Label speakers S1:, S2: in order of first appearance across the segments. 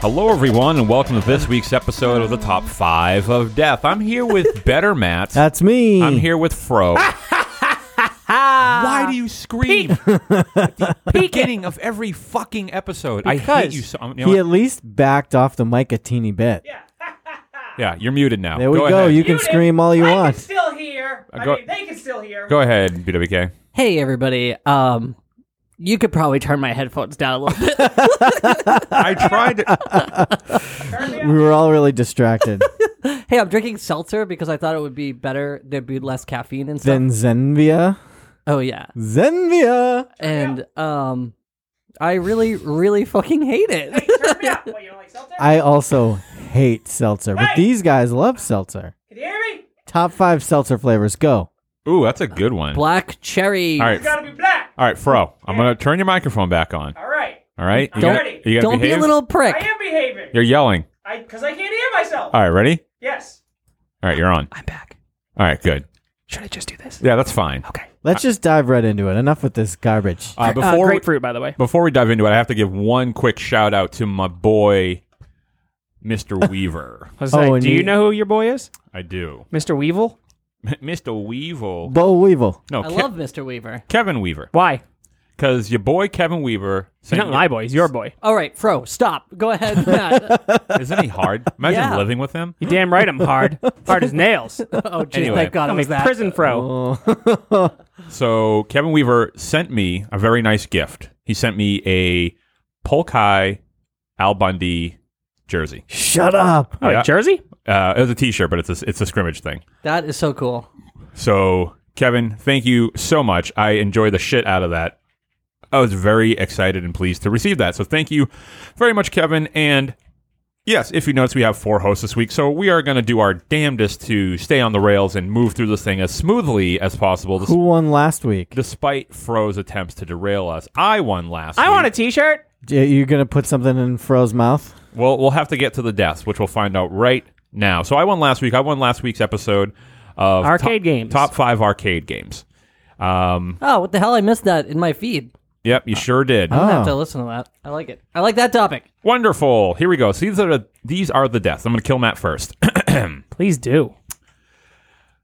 S1: Hello, everyone, and welcome to this week's episode of the Top Five of Death. I'm here with Better Matt.
S2: That's me.
S1: I'm here with Fro. Why do you scream at the beginning of every fucking episode? I hate
S2: Because
S1: you so. um, You know
S2: he
S1: what?
S2: at least backed off the mic a teeny bit.
S1: yeah, you're muted now.
S2: There we go.
S1: Ahead.
S2: You can scream all you
S3: I
S2: want.
S3: can still hear. I
S1: go-
S3: mean, they can still hear.
S1: go ahead, BWK.
S4: Hey everybody. Um you could probably turn my headphones down a little bit.
S1: I tried. To,
S2: We were all really distracted.
S4: hey, I'm drinking seltzer because I thought it would be better there'd be less caffeine and stuff.
S2: then Zenvia.
S4: oh yeah.
S2: Zenvia.
S4: And um I really really fucking hate it.
S3: Turn me up. What, you don't like Celtic?
S2: I also hate seltzer, but these guys love seltzer.
S3: can you hear me?
S2: Top five seltzer flavors. Go.
S1: ooh, that's a good one. All
S4: Black cherry.
S1: All right.
S3: It's got to be black.
S1: right, Fro. I'm gonna turn your microphone back on.
S3: All right.
S1: All right. You
S4: Don't-
S1: gonna- you gonna
S4: Don't be a
S1: behave?
S4: little prick.
S3: I am behaving.
S1: You're yelling.
S3: I because I can't hear myself.
S1: All right, ready?
S3: Yes.
S1: All right, you're on.
S4: I'm back.
S1: All right, good.
S4: Should I just do this?
S1: Yeah, that's fine.
S4: Okay.
S2: Let's just dive right into it. Enough with this garbage.
S1: Uh,
S4: Uh,
S1: before we-
S4: grapefruit, by the way.
S1: Before we dive into it, I have to give one quick shout out to my boy, Mr. Weaver.
S5: I was
S2: Oh,
S5: like,
S2: and
S5: do
S2: you-
S5: you know who your boy is?
S1: I do.
S5: Mr. Weevil?
S1: Mr. Weevil.
S2: Bo Weevil.
S1: No,
S4: I
S1: Ke-
S4: love Mr. Weaver.
S1: Kevin Weaver.
S5: Why?
S1: Because your boy Kevin Weaver.
S5: He's not my boy. He's your boy.
S4: All right, Fro, stop. Go ahead, Matt.
S1: Isn't he hard? Imagine
S4: Yeah.
S1: living with him.
S5: You damn right I'm hard. hard as nails.
S4: oh, jeez,
S1: Anyway.
S4: thank God it
S5: I'm a
S4: was that.
S5: prison fro.
S2: Oh,
S1: So Kevin Weaver sent me a very nice gift. He sent me a Polkai Al Bundy jersey.
S2: Shut up.
S5: Oh,
S1: Yeah.
S5: Jersey?
S1: Uh, it was a T-shirt, but it's a, it's a scrimmage thing.
S4: That is so cool.
S1: So, Kevin, thank you so much. I enjoy the shit out of that. I was very excited and pleased to receive that. So, thank you very much, Kevin. And yes, if you notice, we have four hosts this week. So, we are going to do our damnedest to stay on the rails and move through this thing as smoothly as possible, des-
S2: Who won last week?
S1: despite Fro's attempts to derail us. I won last
S5: I
S1: week.
S5: want a t shirt.
S2: J- You gonna put something in Fro's mouth?
S1: Well, we'll have to get to the deaths, which we'll find out right now. So I won last week. I won last week's episode of
S5: Arcade
S1: top,
S5: games.
S1: top five arcade games. Um,
S4: Oh, what the hell? I missed that in my feed.
S1: yep, you sure did.
S4: I don't have
S2: Oh.
S4: to listen to that. I like it. I like that topic.
S1: Wonderful. Here we go. So these are these are the deaths. I'm going to kill Matt first.
S5: Please do.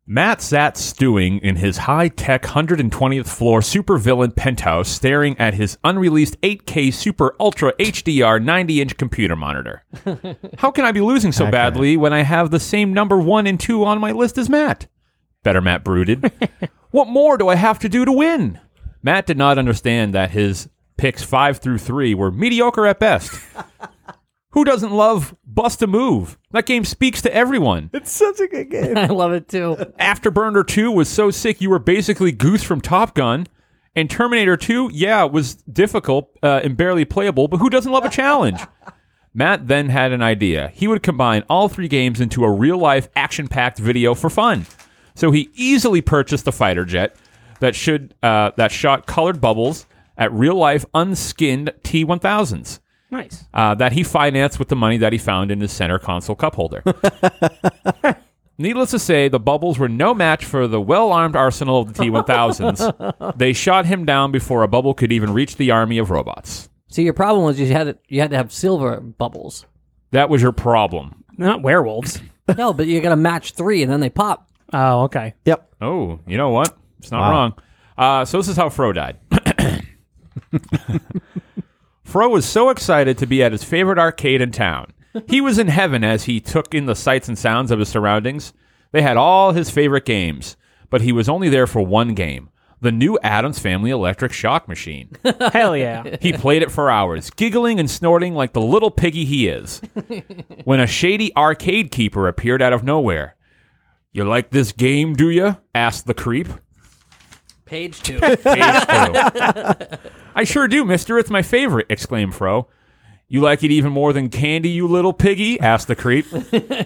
S1: Matt sat stewing in his high tech 120th floor supervillain penthouse, staring at his unreleased 8K Super Ultra HDR 90 inch computer monitor. How can I be losing so badly when I have the same number one and two on my list as Matt? Better Matt brooded. what more do I have to do to win? Matt did not understand that his picks five through three were mediocre at best. Who doesn't love Bust a Move? That game speaks to everyone.
S2: It's such a good game.
S4: I love it too.
S1: Afterburner 2 was so sick you were basically Goose from Top Gun. And Terminator 2, yeah, was difficult uh, and barely playable, but who doesn't love a challenge? Matt then had an idea. He would combine all three games into a real life action packed video for fun. So he easily purchased a fighter jet that should uh, that shot colored bubbles at real life unskinned T 1000s
S5: Nice.
S1: uh, that he financed with the money that he found in his center console cup holder. Needless to say, the Bubbles were no match for the well armed arsenal of the T 1000s. they shot him down before a bubble could even reach the army of robots.
S4: See, your problem was you had to, you had to have silver bubbles.
S1: That was your problem.
S5: Not werewolves.
S4: No, but you got to match three, and then they pop.
S5: Oh, okay.
S2: Yep.
S1: Oh, you know what? It's not wrong. Uh, so, this is how Fro died. Fro was so excited to be at his favorite arcade in town. He was in heaven as he took in the sights and sounds of his surroundings. They had all his favorite games, but he was only there for one game the new Adams Family Electric Shock Machine.
S5: Hell yeah.
S1: He played it for hours, giggling and snorting like the little piggy he is. when a shady arcade keeper appeared out of nowhere. You like this game, do you? asked the creep.
S4: Page two.
S1: Page two. I sure do, mister. It's my favorite, exclaimed Fro. You like it even more than candy, you little piggy? asked the creep.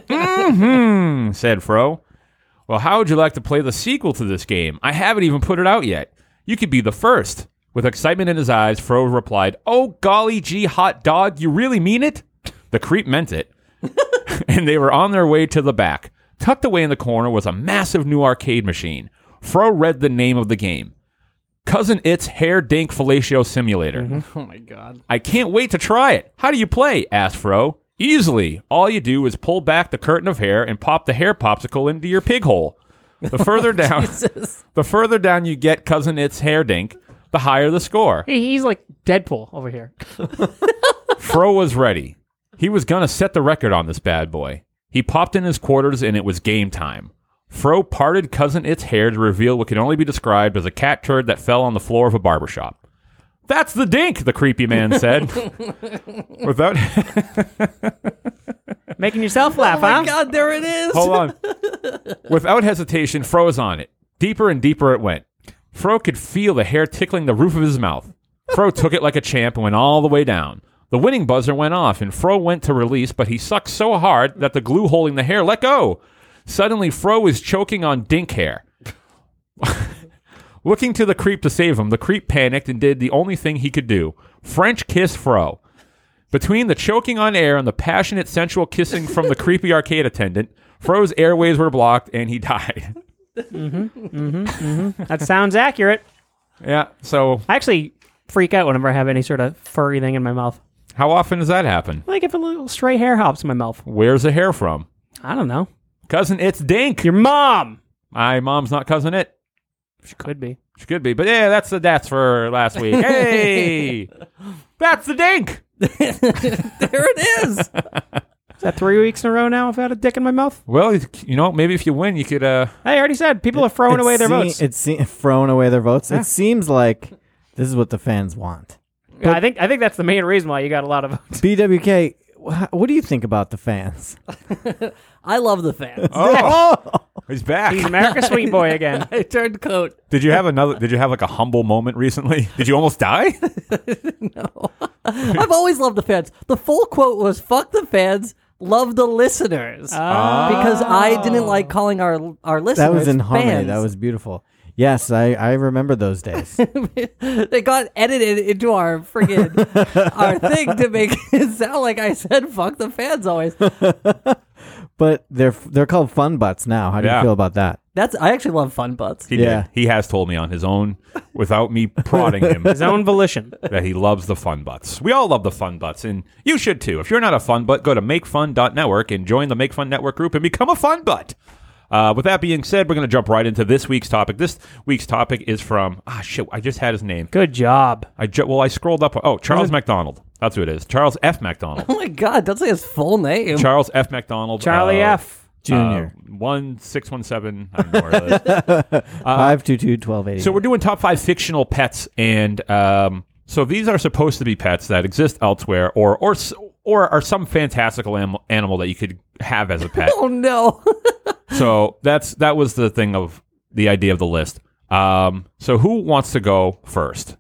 S1: hmm said Fro. Well, how would you like to play the sequel to this game? I haven't even put it out yet. You could be the first. With excitement in his eyes, Fro replied, Oh, golly gee, hot dog, you really mean it? The creep meant it. and they were on their way to the back. Tucked away in the corner was a massive new arcade machine. Fro read the name of the game Cousin It's Hair Dink Fellatio Simulator.
S4: Oh my god.
S1: I can't wait to try it. How do you play? asked Fro. Easily. All you do is pull back the curtain of hair and pop the hair popsicle into your pig hole. The further down the further down you get cousin it's hair dink, the higher the score.
S5: Hey, he's like Deadpool over here.
S1: Fro was ready. He was gonna set the record on this bad boy. He popped in his quarters and it was game time. Fro parted cousin its hair to reveal what can only be described as a cat turd that fell on the floor of a barbershop. That's the dink, the creepy man said. Without
S5: Making yourself laugh, huh?
S4: God, there it is.
S1: Hold on. Without hesitation, Fro was on it. Deeper and deeper it went. Fro could feel the hair tickling the roof of his mouth. Fro took it like a champ and went all the way down. The winning buzzer went off, and Fro went to release, but he sucked so hard that the glue holding the hair let go. Suddenly, Fro was choking on dink hair. Looking to the creep to save him, the creep panicked and did the only thing he could do French kiss Fro. Between the choking on air and the passionate sensual kissing from the creepy arcade attendant, Fro's airways were blocked and he died.
S5: That sounds accurate.
S1: yeah. So
S5: I actually freak out whenever I have any sort of furry thing in my mouth.
S1: how often does that happen?
S5: Like if a little stray hair hops in my mouth.
S1: Where's the hair from?
S5: I don't know.
S1: Cousin, it's Dink.
S5: Your mom.
S1: My mom's not cousin it.
S5: She could be.
S1: She could be, but yeah, that's the that's for last week. Hey, that's the Dink.
S4: There it is.
S5: Is that three weeks in a row now I've had a dick in my mouth?
S1: Well, you- you know, maybe if you win, you could. uh
S5: I already said people are throwing
S2: It
S5: away their
S2: se-
S5: votes.
S2: It's se- thrown away their votes. It seems like this is what the fans want.
S5: Yeah, I think I think that's the main reason why you got a lot of votes.
S2: BWK, wh- what do you think about the fans?
S4: I love the fans.
S1: Oh, he's back.
S5: He's America Sweet Boy again.
S4: I turned coat.
S1: Did you have another? Did you have like a humble moment recently? Did you almost die?
S4: I've always loved the fans. The full quote was "fuck the fans." Love the listeners because I didn't like calling our our listeners.
S2: That was in harmony.
S4: fans.
S2: That was beautiful. Yes, I, I remember those days.
S4: they got edited into our friggin' our thing to make it sound like I said fuck the fans always.
S2: but they're f- they're called fun butts now. How do
S1: Yeah.
S2: you feel about that?
S4: That's I actually love fun butts.
S1: He
S2: Yeah.
S1: did. He has told me on his own, without me prodding him,
S5: His own volition.
S1: that he loves the fun butts. We all love the fun butts, and you should too. If you're not a fun butt, go to makefun.network and join the Make Fun Network group and become a fun butt. Uh, with that being said, we're going to jump right into this week's topic. This week's topic is from ah shit. I just had his name.
S5: Good job.
S1: I ju- well, I scrolled up. Oh, Charles McDonald. That's who it is. Charles F. McDonald.
S4: Oh my god, that's like his full name.
S1: Charles F. McDonald.
S5: Charlie
S1: uh,
S5: F.
S2: Junior.
S1: uh, one six one seven. I don't know where that is.
S2: 522 1280.
S1: Uh, So we're doing top five fictional pets, and um, so these are supposed to be pets that exist elsewhere, or or s- or are some fantastical am- animal that you could have as a pet.
S4: oh no.
S1: so that's that was the thing of the idea of the list. Um, so who wants to go first?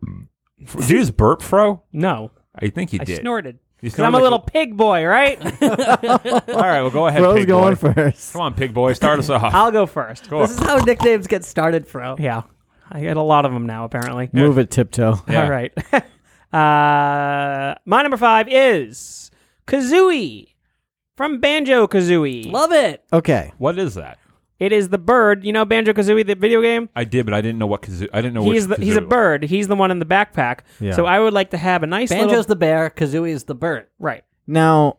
S1: F- Did you just burp, Fro?
S5: No.
S1: I think you
S5: I
S1: did.
S5: snorted.
S1: You
S5: 'Cause I'm
S1: snorted
S5: a
S1: like
S5: little pig boy, right?
S1: All right, well, go ahead.
S2: Bro's
S1: pig
S2: going
S1: boy.
S2: first.
S1: Come on, pig boy, start us off.
S5: I'll go first.
S1: Go
S4: this is how nicknames get started, Fro.
S5: Yeah. I get a lot of them now, apparently.
S2: Move it tiptoe.
S1: Yeah.
S5: All right. uh, my number five is Kazooie from Banjo Kazooie.
S4: Love it.
S2: Okay.
S1: What is that?
S5: It is the bird. You know Banjo Kazooie, the video game?
S1: I did, but I didn't know what. Kazoo- I didn't know
S5: He's, the,
S1: which
S5: he's a
S1: kazoo.
S5: bird. He's the one in the backpack.
S2: Oh, Yeah.
S5: So I would like to have a nice
S4: Banjo's
S5: little.
S4: the bear, Kazooie is the bird.
S5: Right.
S2: Now,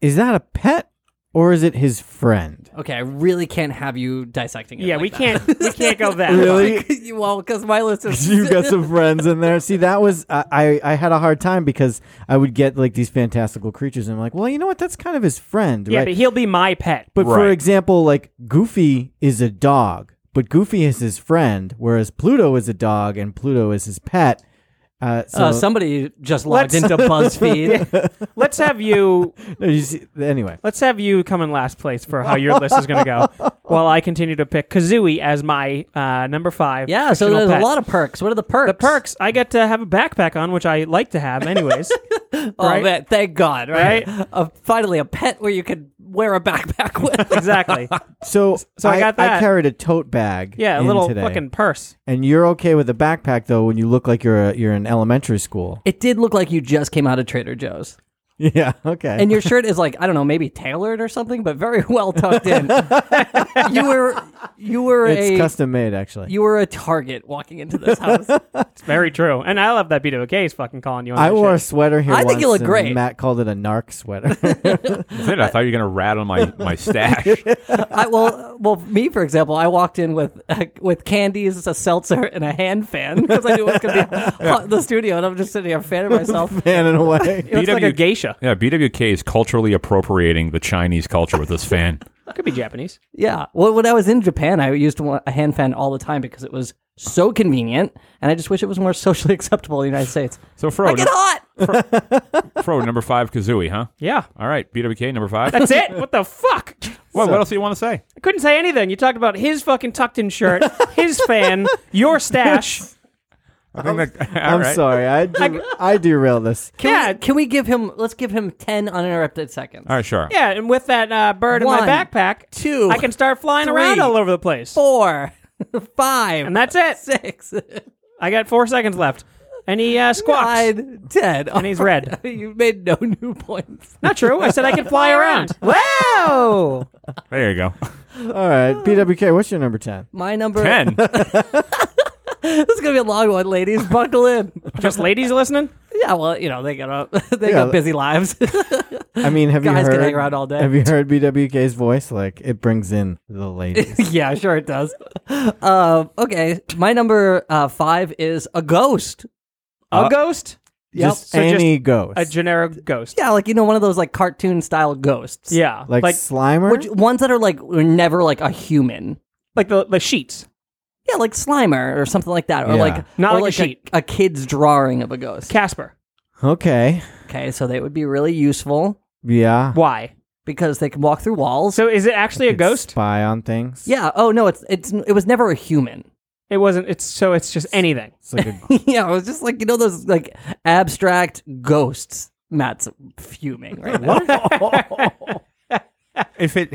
S2: is that a pet or is it his friend?
S4: Okay, I really can't have you dissecting it.
S5: Yeah,
S4: like
S5: we
S4: that.
S5: can't we can't go that
S2: Really?
S4: you won't, because my list is.
S2: you got some friends in there. See, that was I, I. I had a hard time because I would get like these fantastical creatures, and I'm like, well, you know what? That's kind of his friend,
S5: Yeah,
S2: right?
S5: but he'll be my pet.
S2: but for
S1: Right.
S2: example, like Goofy is a dog, but Goofy is his friend, whereas Pluto is a dog and Pluto is his pet. Uh, so
S5: Oh,
S4: uh, somebody just logged
S5: Let's-
S4: into BuzzFeed.
S5: Let's have you.
S2: no, you see, anyway,
S5: Let's have you come in last place for how your list is going to go, while I continue to pick Kazooie as my uh, number five.
S4: yeah, so
S5: fictional
S4: there's
S5: pet.
S4: a lot of perks. What are the perks?
S5: the perks. I get to have a backpack on, which I like to have, anyways.
S4: Oh,
S5: right?
S4: man, thank God, right?
S5: Right?
S4: Uh, finally, a pet where you could wear a backpack with.
S5: exactly.
S2: so
S5: so I got that.
S2: carried a tote bag.
S5: Yeah, a
S2: in
S5: little
S2: today.
S5: fucking purse.
S2: And you're okay with a backpack though when you look like you're a, you're in elementary school.
S4: It did look like you just came out of Trader Joe's.
S2: Yeah. Okay.
S4: And your shirt is like, I don't know, maybe tailored or something, but very well tucked in. you were you were
S2: it's
S4: a
S2: custom made actually.
S4: you were a target walking into this house.
S5: It's very true. And I love that beat of a case fucking calling you on
S2: I
S5: that
S2: wore a
S5: shit.
S2: sweater here.
S4: I think you
S2: once,
S4: look
S2: and
S4: great.
S2: Matt called it a narc sweater.
S1: I thought you were going to rat on my, my stash.
S4: I well, well, me for example, I walked in with uh, with candies, a seltzer, and a hand fan because I knew it was going to be hot in the studio, and I'm just sitting here fanning myself.
S2: Man in a way.
S5: It looks like a geisha.
S1: Yeah, BWK is culturally appropriating the Chinese culture with this fan.
S5: Could be Japanese.
S4: Yeah. Well, when I was in Japan, I used one- a hand fan all the time because it was so convenient, and I just wish it was more socially acceptable in the United States.
S1: So Fro,
S4: I get hot.
S1: Fro number five, Kazooie, huh?
S5: Yeah.
S1: All right, BWK number five.
S5: That's it. What the fuck?
S1: what, what else do you want to say?
S5: I couldn't say anything. You talked about his fucking tucked in shirt, his fan, your stash.
S1: I think that,
S2: I'm sorry. I de- I derail this.
S4: Can
S5: Yeah.
S4: We, can we give him? Let's give him ten uninterrupted seconds.
S1: All right, sure.
S5: Yeah, and with that uh, bird in
S4: One,
S5: my backpack,
S4: two,
S5: I can start flying
S4: three,
S5: around all over the place.
S4: Four, five,
S5: And that's it.
S4: six,
S5: I got four seconds left. And he uh, squawks.
S4: nine, ten. And
S5: he's red.
S4: you made no new points.
S5: Not true. I said I could fly around. Wow.
S1: There you go.
S2: All right, PWK, what's your number ten?
S4: My number.
S1: Ten.
S4: This is gonna be a long one, ladies. Buckle in.
S5: Just ladies listening?
S4: yeah. Well, you know they got a, they
S2: Yeah.
S4: got busy lives.
S2: I mean, have you
S4: Guys
S2: heard?
S4: can hang around all day.
S2: Have you heard BWK's voice? Like it brings in the ladies.
S4: yeah, sure it does. Um, okay, my number uh, five is a ghost.
S5: A ghost?
S4: Yep.
S2: Just
S5: So just
S2: any ghost,
S5: A generic ghost.
S4: Yeah, like you know one of those like cartoon style ghosts.
S5: Yeah.
S2: like,
S5: like,
S2: Slimer.
S4: which ones that are like were never like a human.
S5: like the, the sheets.
S4: Yeah, like Slimer or something like that, or
S2: Yeah.
S4: like
S5: Not
S4: or
S5: like a sheep.
S4: a kid's drawing of a ghost.
S5: Casper.
S2: okay,
S4: Okay, so they would be really useful
S2: yeah.
S5: Why?
S4: because they can walk through walls.
S5: So is it actually a
S2: Could
S5: ghost?
S2: Spy on things.
S4: yeah. Oh no, it's it's it was never a human.
S5: It wasn't. It's so it's just anything.
S2: It's like a,
S4: yeah, it was just like you know those like abstract ghosts. Matt's fuming right now.
S1: if it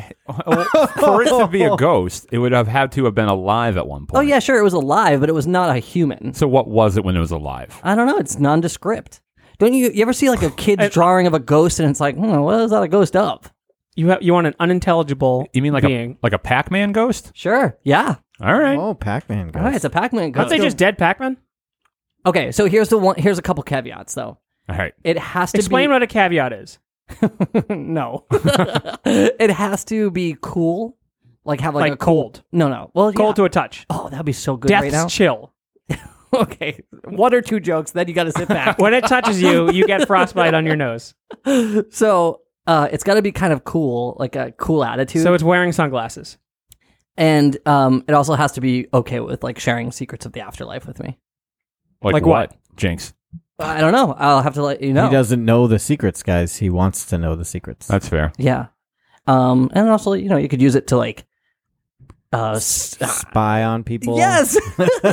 S1: for it to be a ghost, it would have had to have been alive at one point.
S4: Oh yeah, sure, it was alive, but it was not a human.
S1: So what was it when it was alive?
S4: I don't know. It's nondescript. Don't you you ever see like a kid's drawing of a ghost and it's like, hmm, what is that a ghost of?
S5: You have, you want an unintelligible.
S1: You mean like
S5: being?
S1: a like a Pac-Man ghost?
S4: Sure. Yeah.
S1: All right.
S2: oh, Pac-Man ghost.
S4: All right. It's a Pac-Man
S5: Aren't
S4: ghost.
S5: they just dead Pac-Man?
S4: okay. So here's the one. Here's a couple caveats though.
S1: All right.
S4: It has to
S5: Explain
S4: be
S5: what a caveat is.
S4: no. it has to be cool. Like have like,
S5: Like
S4: a cold. No, no. Well, yeah.
S5: Cold to a touch.
S4: oh, that'd be so good
S5: Death's
S4: right now.
S5: chill.
S4: okay, one or two jokes, then you got to sit back.
S5: When it touches you, you get frostbite on your nose.
S4: so uh, it's got to be kind of cool, like a cool attitude.
S5: So it's wearing sunglasses.
S4: and um, it also has to be okay with like sharing secrets of the afterlife with me.
S5: Like what?
S1: Jinx.
S4: I don't know. I'll have to let you know.
S2: He doesn't know the secrets, guys. He wants to know the secrets.
S1: That's fair.
S4: Yeah. Um, and also, you know, you could use it to like, uh, s-
S2: Spy on people.
S4: yes,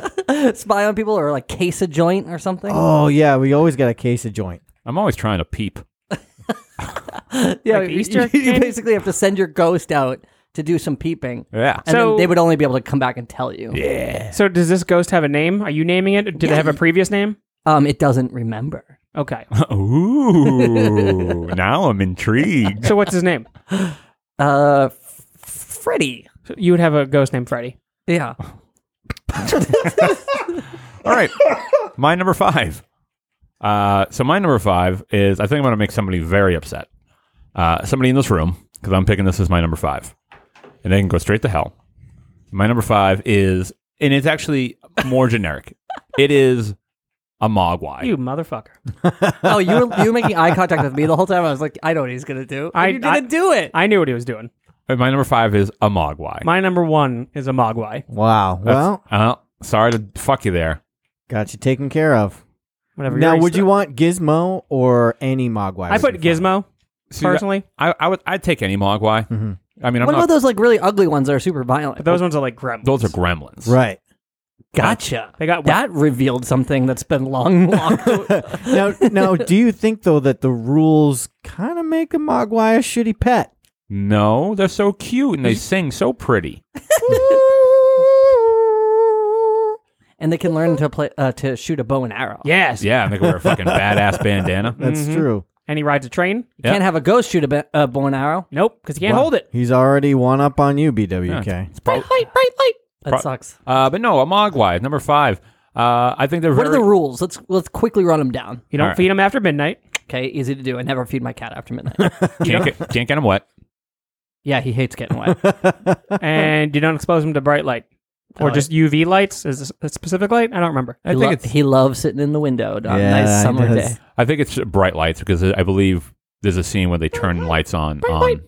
S4: spy on people or like case a joint or something.
S2: Oh yeah, we always got a case of joint.
S1: I'm always trying to peep.
S4: yeah,
S5: like
S4: you-
S5: Easter
S4: You, you
S5: candy?
S4: basically have to send your ghost out to do some peeping,
S1: Yeah.
S4: and
S5: So-
S4: then they would only be able to come back and tell you.
S5: So does this ghost have a name? Are you naming it? Did it have a previous name?
S4: Um, it doesn't remember.
S5: Okay.
S1: Ooh. now I'm intrigued.
S5: So what's his name?
S4: Uh, F- Freddy.
S5: So you would have a ghost named Freddy.
S4: Yeah.
S1: All right. My number five. Uh, so my number five is I think I'm going to make somebody very upset. Uh, somebody in this room because I'm picking this as my number five, and they can go straight to hell. My number five is, and it's actually more generic. It is a mogwai.
S5: You motherfucker.
S4: Oh, you were you were making eye contact with me the whole time. I was like, I know what he's gonna do.
S5: I-
S4: I, you didn't
S5: I-
S4: do it.
S5: I knew what he was doing.
S1: My number five is a mogwai.
S5: My number one is a Mogwai.
S2: Wow.
S1: That's- uh-huh.
S2: well,
S1: uh, sorry to fuck you there.
S2: got you taken care of.
S5: Whatever.
S2: now,
S5: already
S2: would
S5: st-
S2: you want Gizmo or any Mogwai?
S5: I put Gizmo.
S1: See, that-
S5: Personally?
S1: I, I would. I'd take any Mogwai. I mean, I'm
S4: What
S1: not.
S4: about those like really ugly ones that are super violent? Oh,
S5: But those ones are like gremlins.
S1: Those are gremlins.
S2: Right.
S4: gotcha.
S5: They got
S4: that revealed something that's been long locked.
S2: now, now, do you think though that the rules kind of make a Mogwai a shitty pet?
S1: No, they're so cute and they sing so pretty.
S4: and they can learn to play uh, to shoot a bow and arrow.
S5: Yes.
S1: Yeah, and they can wear a fucking badass bandana.
S2: That's
S5: Mm-hmm.
S2: true.
S5: And he rides a train.
S4: You can't have a ghost shoot a ba- a bow and arrow.
S5: Nope, because he can't
S2: Wow.
S5: hold it.
S2: He's already one up on you, BWK.
S1: It's prob-
S4: That
S1: Pro-
S4: sucks.
S1: uh, but no, a Mogwai, number five. Uh, I think they're
S4: What are
S1: very.
S4: the rules? Let's let's quickly run them down.
S5: You don't
S1: All right.
S5: feed him after midnight.
S4: Okay, easy to do. I never feed my cat after midnight.
S1: can't, get, can't get them wet.
S4: yeah, he hates getting wet.
S5: and you don't expose him to bright light. Or
S4: Oh,
S5: just UV lights? Is this a specific light? I don't remember.
S1: I
S4: He,
S1: think
S4: lo-
S1: it's.
S4: he loves sitting in the window on
S2: Yeah,
S4: a nice
S2: he
S4: summer
S2: does.
S4: day.
S1: I think it's bright lights because I believe there's a scene where they turn lights on. on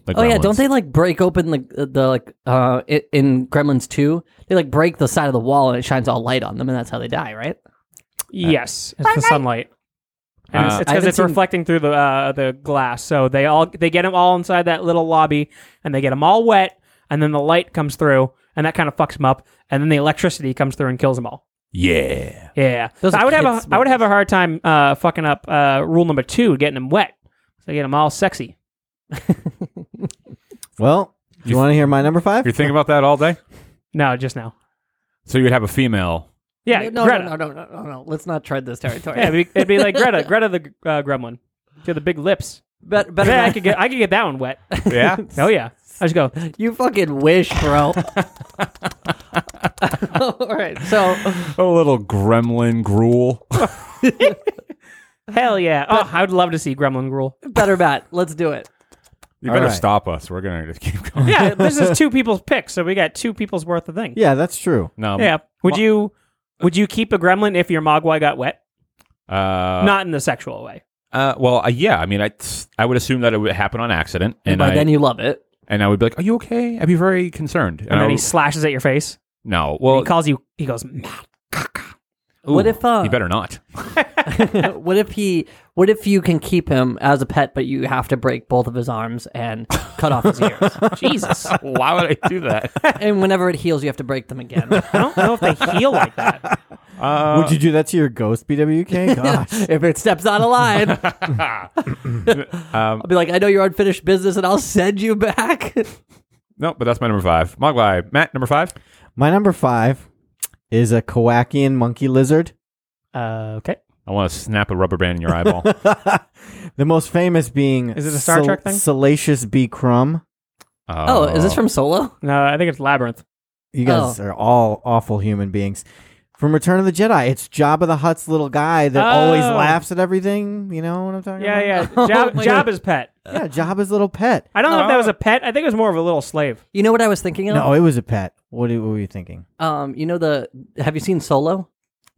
S1: the
S4: Oh yeah,
S1: gremlins.
S4: don't they like break open the the like uh i- in Gremlins two? They like break the side of the wall and it shines all light on them, and that's how they die, right?
S5: Yes, it's the sunlight. And
S1: Uh,
S5: it's
S4: I
S5: because
S4: haven't
S5: it's
S4: seen-
S5: reflecting through the uh, the glass. So they all they get them all inside that little lobby, and they get them all wet, and then the light comes through, and that kind of fucks them up, and then the electricity comes through and kills them all.
S1: Yeah.
S5: Yeah,
S4: Those
S5: So
S4: are
S5: I would have
S4: kids'
S5: a I would have a hard time uh, fucking up uh, rule number two, getting them wet. So get them all sexy.
S2: Well, do you want to hear my number five?
S1: You're thinking about that all day?
S5: No, just now.
S1: So you'd have a female.
S5: Yeah,
S4: no, no,
S5: Greta.
S4: no, no, no, no, no. Let's not tread this territory.
S5: Yeah, it'd be, it'd be like Greta, Greta the uh, gremlin, to the big lips.
S4: Bet- better
S5: Yeah, I
S4: not-
S5: could get I could get that one wet.
S1: Yeah.
S5: Oh yeah, I just go.
S4: You fucking wish, bro. All right, so
S1: a little gremlin gruel.
S5: Hell yeah! Oh, I would love to see Gremlin Rule.
S4: better bet. Let's do it.
S1: You
S2: All
S1: better
S2: right.
S1: stop us. We're gonna just keep going.
S5: Yeah, this is two people's picks, so we got two people's worth of things.
S2: yeah, that's true.
S1: No.
S5: Yeah. Would you would you keep a gremlin if your mogwai got wet?
S1: Uh,
S5: Not in the sexual way.
S1: uh, well, uh, yeah. I mean, I, I would assume that it would happen on accident, and
S4: By
S1: I
S4: then you love it.
S1: and I would be like, "Are you okay?" I'd be very concerned.
S5: And
S1: I
S5: then he
S1: would-
S5: slashes at your face.
S1: no.
S5: He
S1: Well,
S5: calls you. He goes, "Matt."
S1: ooh,
S4: What if, uh,
S1: you better not?
S4: what if he? What if you can keep him as a pet, but you have to break both of his arms and cut off his ears? Jesus.
S1: Why would I do that?
S4: And whenever it heals, you have to break them again.
S5: I don't know if they heal like that.
S1: Uh,
S5: Uh,
S2: Would you do that to your ghost, BWK? Gosh.
S4: if it steps out of line, I'll be like, I know your unfinished business, and I'll send you back.
S1: no, but that's my number five. Mogwai, Matt, number five.
S2: my number five is a Kowakian monkey lizard.
S5: Uh, okay.
S1: I want to snap a rubber band in your eyeball.
S2: The most famous being
S5: Is it a Star Trek thing?
S2: Salacious B. Crumb.
S1: Uh,
S4: oh, is this from Solo?
S5: No, I think it's labyrinth.
S2: You guys
S4: Oh.
S2: are all awful human beings. From Return of the Jedi, it's Jabba the Hutt's little guy that always
S5: Oh.
S2: laughs at everything. You know what I'm talking
S5: Yeah,
S2: about?
S5: yeah. Job,
S4: my
S5: job is pet.
S2: Yeah, Jabba's little pet.
S5: I don't know if that was a pet. I think it was more of a little slave.
S4: You know what I was thinking of?
S2: No, it was a pet. What, do- what were you thinking?
S4: Um, you know the. Have you seen Solo?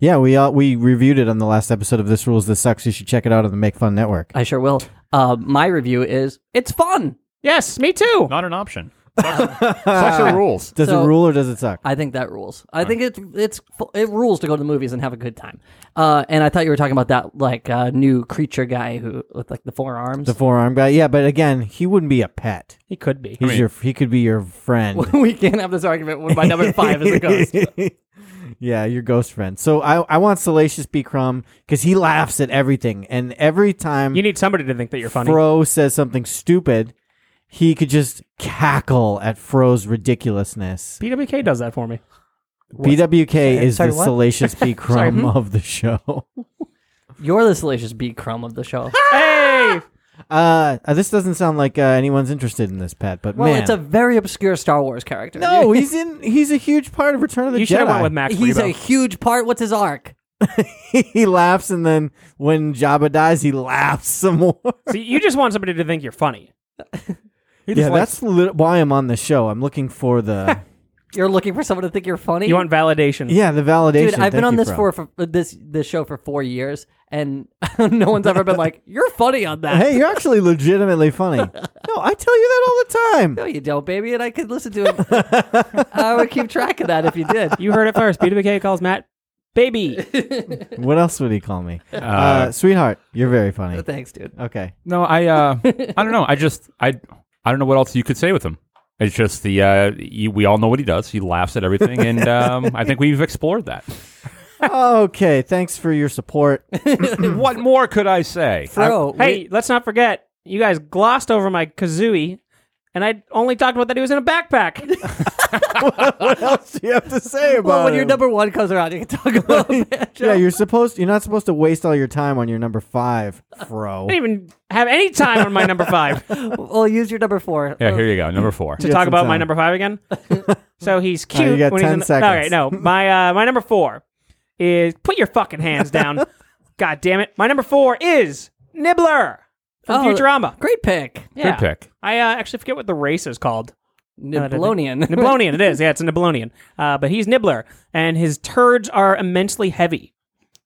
S2: Yeah, we uh, we reviewed it on the last episode of This Rules This Sucks. You should check it out on the Make Fun Network.
S4: I sure will. Uh, my review is it's fun.
S5: Yes, me too.
S1: Not an option. Such are rules.
S2: Does
S4: So-
S2: it rule or does it suck?
S4: I think that rules. I think it's it's it rules to go to the movies and have a good time. Uh, and I thought you were talking about that like uh, new creature guy who with like the four arms.
S2: the forearm guy. Yeah, but again, he wouldn't be a pet.
S5: He could be.
S2: He's your he could be your friend.
S4: we can't have this argument when my number five is a ghost.
S2: yeah, your ghost friend. So I I want Salacious B Crumb because he laughs at everything, and every time
S5: You need somebody to think that you're funny.
S2: Fro says something stupid, he could just cackle at Fro's ridiculousness.
S5: PWK does that for me.
S2: BWK is
S4: sorry, hmm?
S2: the
S4: what?
S2: Salacious B Crumb of the show.
S4: You're the salacious bee crumb of the show.
S5: Hey,
S2: Uh, uh, this doesn't sound like uh, anyone's interested in this pet, but
S4: Well,
S2: man,
S4: it's a very obscure Star Wars character.
S2: no. He's in. He's a huge part of Return of the
S5: you should have went
S2: Jedi.
S5: with Max
S4: he's
S5: Rebo.
S4: a huge part. What's his arc?
S2: he laughs, and then when Jabba dies, he laughs some more.
S5: See, you just want somebody to think you're funny. You
S2: yeah,
S5: just like-
S2: that's li- why I'm on the show. I'm looking for the
S4: You're looking for someone to think you're funny.
S5: you want validation.
S2: yeah the validation.
S4: Dude, I've
S2: Thank
S4: been on
S2: you,
S4: this
S2: Fro.
S4: for, for this this show for four years, and no one's ever been like, "You're funny on that."
S2: Hey, you're actually legitimately funny. No, I tell you that all the
S4: No,
S2: time.
S4: you don't, baby. And I could listen to it. I would keep track of that if you did.
S5: You heard it first. BWK calls Matt baby.
S2: What else would he call me? Uh, sweetheart, you're very funny.
S4: Thanks, dude.
S2: Okay.
S1: No, I uh, I don't know. I just I I don't know what else you could say with him. It's just the uh, you, we all know what he does. He laughs at everything, and um, I think we've explored that.
S2: okay. Thanks for your support.
S1: what more could I say?
S4: Bro,
S5: hey, let's not forget, you guys glossed over my kazooie, and I only talked about that he was in a backpack.
S2: what else do you have to say about
S4: well, when
S2: him?
S4: your number one comes around, you can talk about that.
S2: yeah, you're supposed. You're not supposed to waste all your time on your number five, fro.
S5: I didn't even have any time on my number five.
S4: well, use your number four.
S1: Yeah, here you go, number four.
S5: to
S2: You got
S5: talk
S2: some
S5: about my
S2: time.
S5: number five again. so he's cute.
S2: got
S5: when he's
S2: 10
S5: in the,
S2: seconds.
S5: All right, no, my uh, my number four is put your fucking hands down. God damn it! My number four is Nibbler from
S4: Oh,
S5: Futurama.
S4: Great pick.
S5: Yeah.
S1: pick.
S5: I uh, actually forget what the race is called. that I think-
S4: Nibelonian.
S5: Nibelonian, it is. Yeah, it's a Nibelonian. Uh, but he's Nibbler, and his turds are immensely heavy.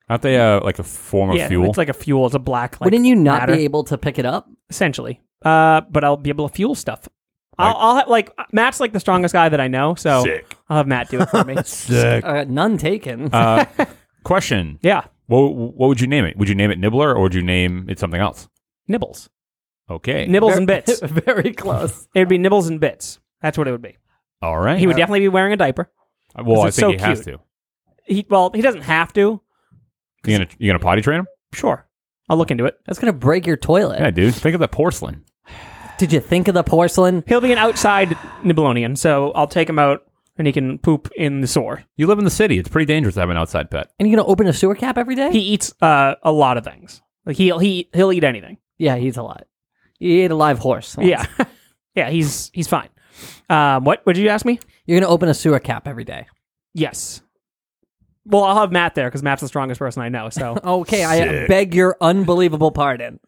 S1: Aren't they uh, like a form of
S5: yeah,
S1: fuel?
S5: it's like a fuel. It's a black. Like,
S4: Wouldn't you not
S5: matter.
S4: be able to pick it up?
S5: essentially. Uh, but I'll be able to fuel stuff. I'll, I'll have, like Matt's like the strongest guy that I know, so
S1: Sick.
S5: I'll have Matt do it for me.
S4: Uh, none taken.
S1: uh, question:
S5: yeah,
S1: what, what would you name it? Would you name it Nibbler, or would you name it something else?
S5: nibbles,
S1: Okay,
S5: nibbles and bits. It
S4: Very close.
S5: would be nibbles and bits. That's what it would be.
S1: all right. Uh,
S5: He would definitely be wearing a diaper.
S1: well, I think
S5: it's so
S1: he has
S5: cute.
S1: to.
S5: He well, he doesn't have to.
S1: You gonna you gonna potty train him?
S5: Sure, I'll look into it.
S4: That's gonna break your toilet.
S1: Yeah, dude. Think of the porcelain.
S4: Did you think of the porcelain?
S5: He'll be an outside Nibelonian, so I'll take him out and he can poop in the sewer.
S1: You live in the city. It's pretty dangerous to have an outside pet.
S4: And you're gonna open a sewer cap every day?
S5: He eats uh, a lot of things. Like he'll he he'll eat anything.
S4: yeah, he's a lot. He ate a live horse. once.
S5: Yeah, yeah. He's he's fine. Um, what would you ask me?
S4: You're gonna open a sewer cap every day.
S5: Yes. Well, I'll have Matt there because Matt's the strongest person I know. So,
S4: Okay, I beg your unbelievable pardon.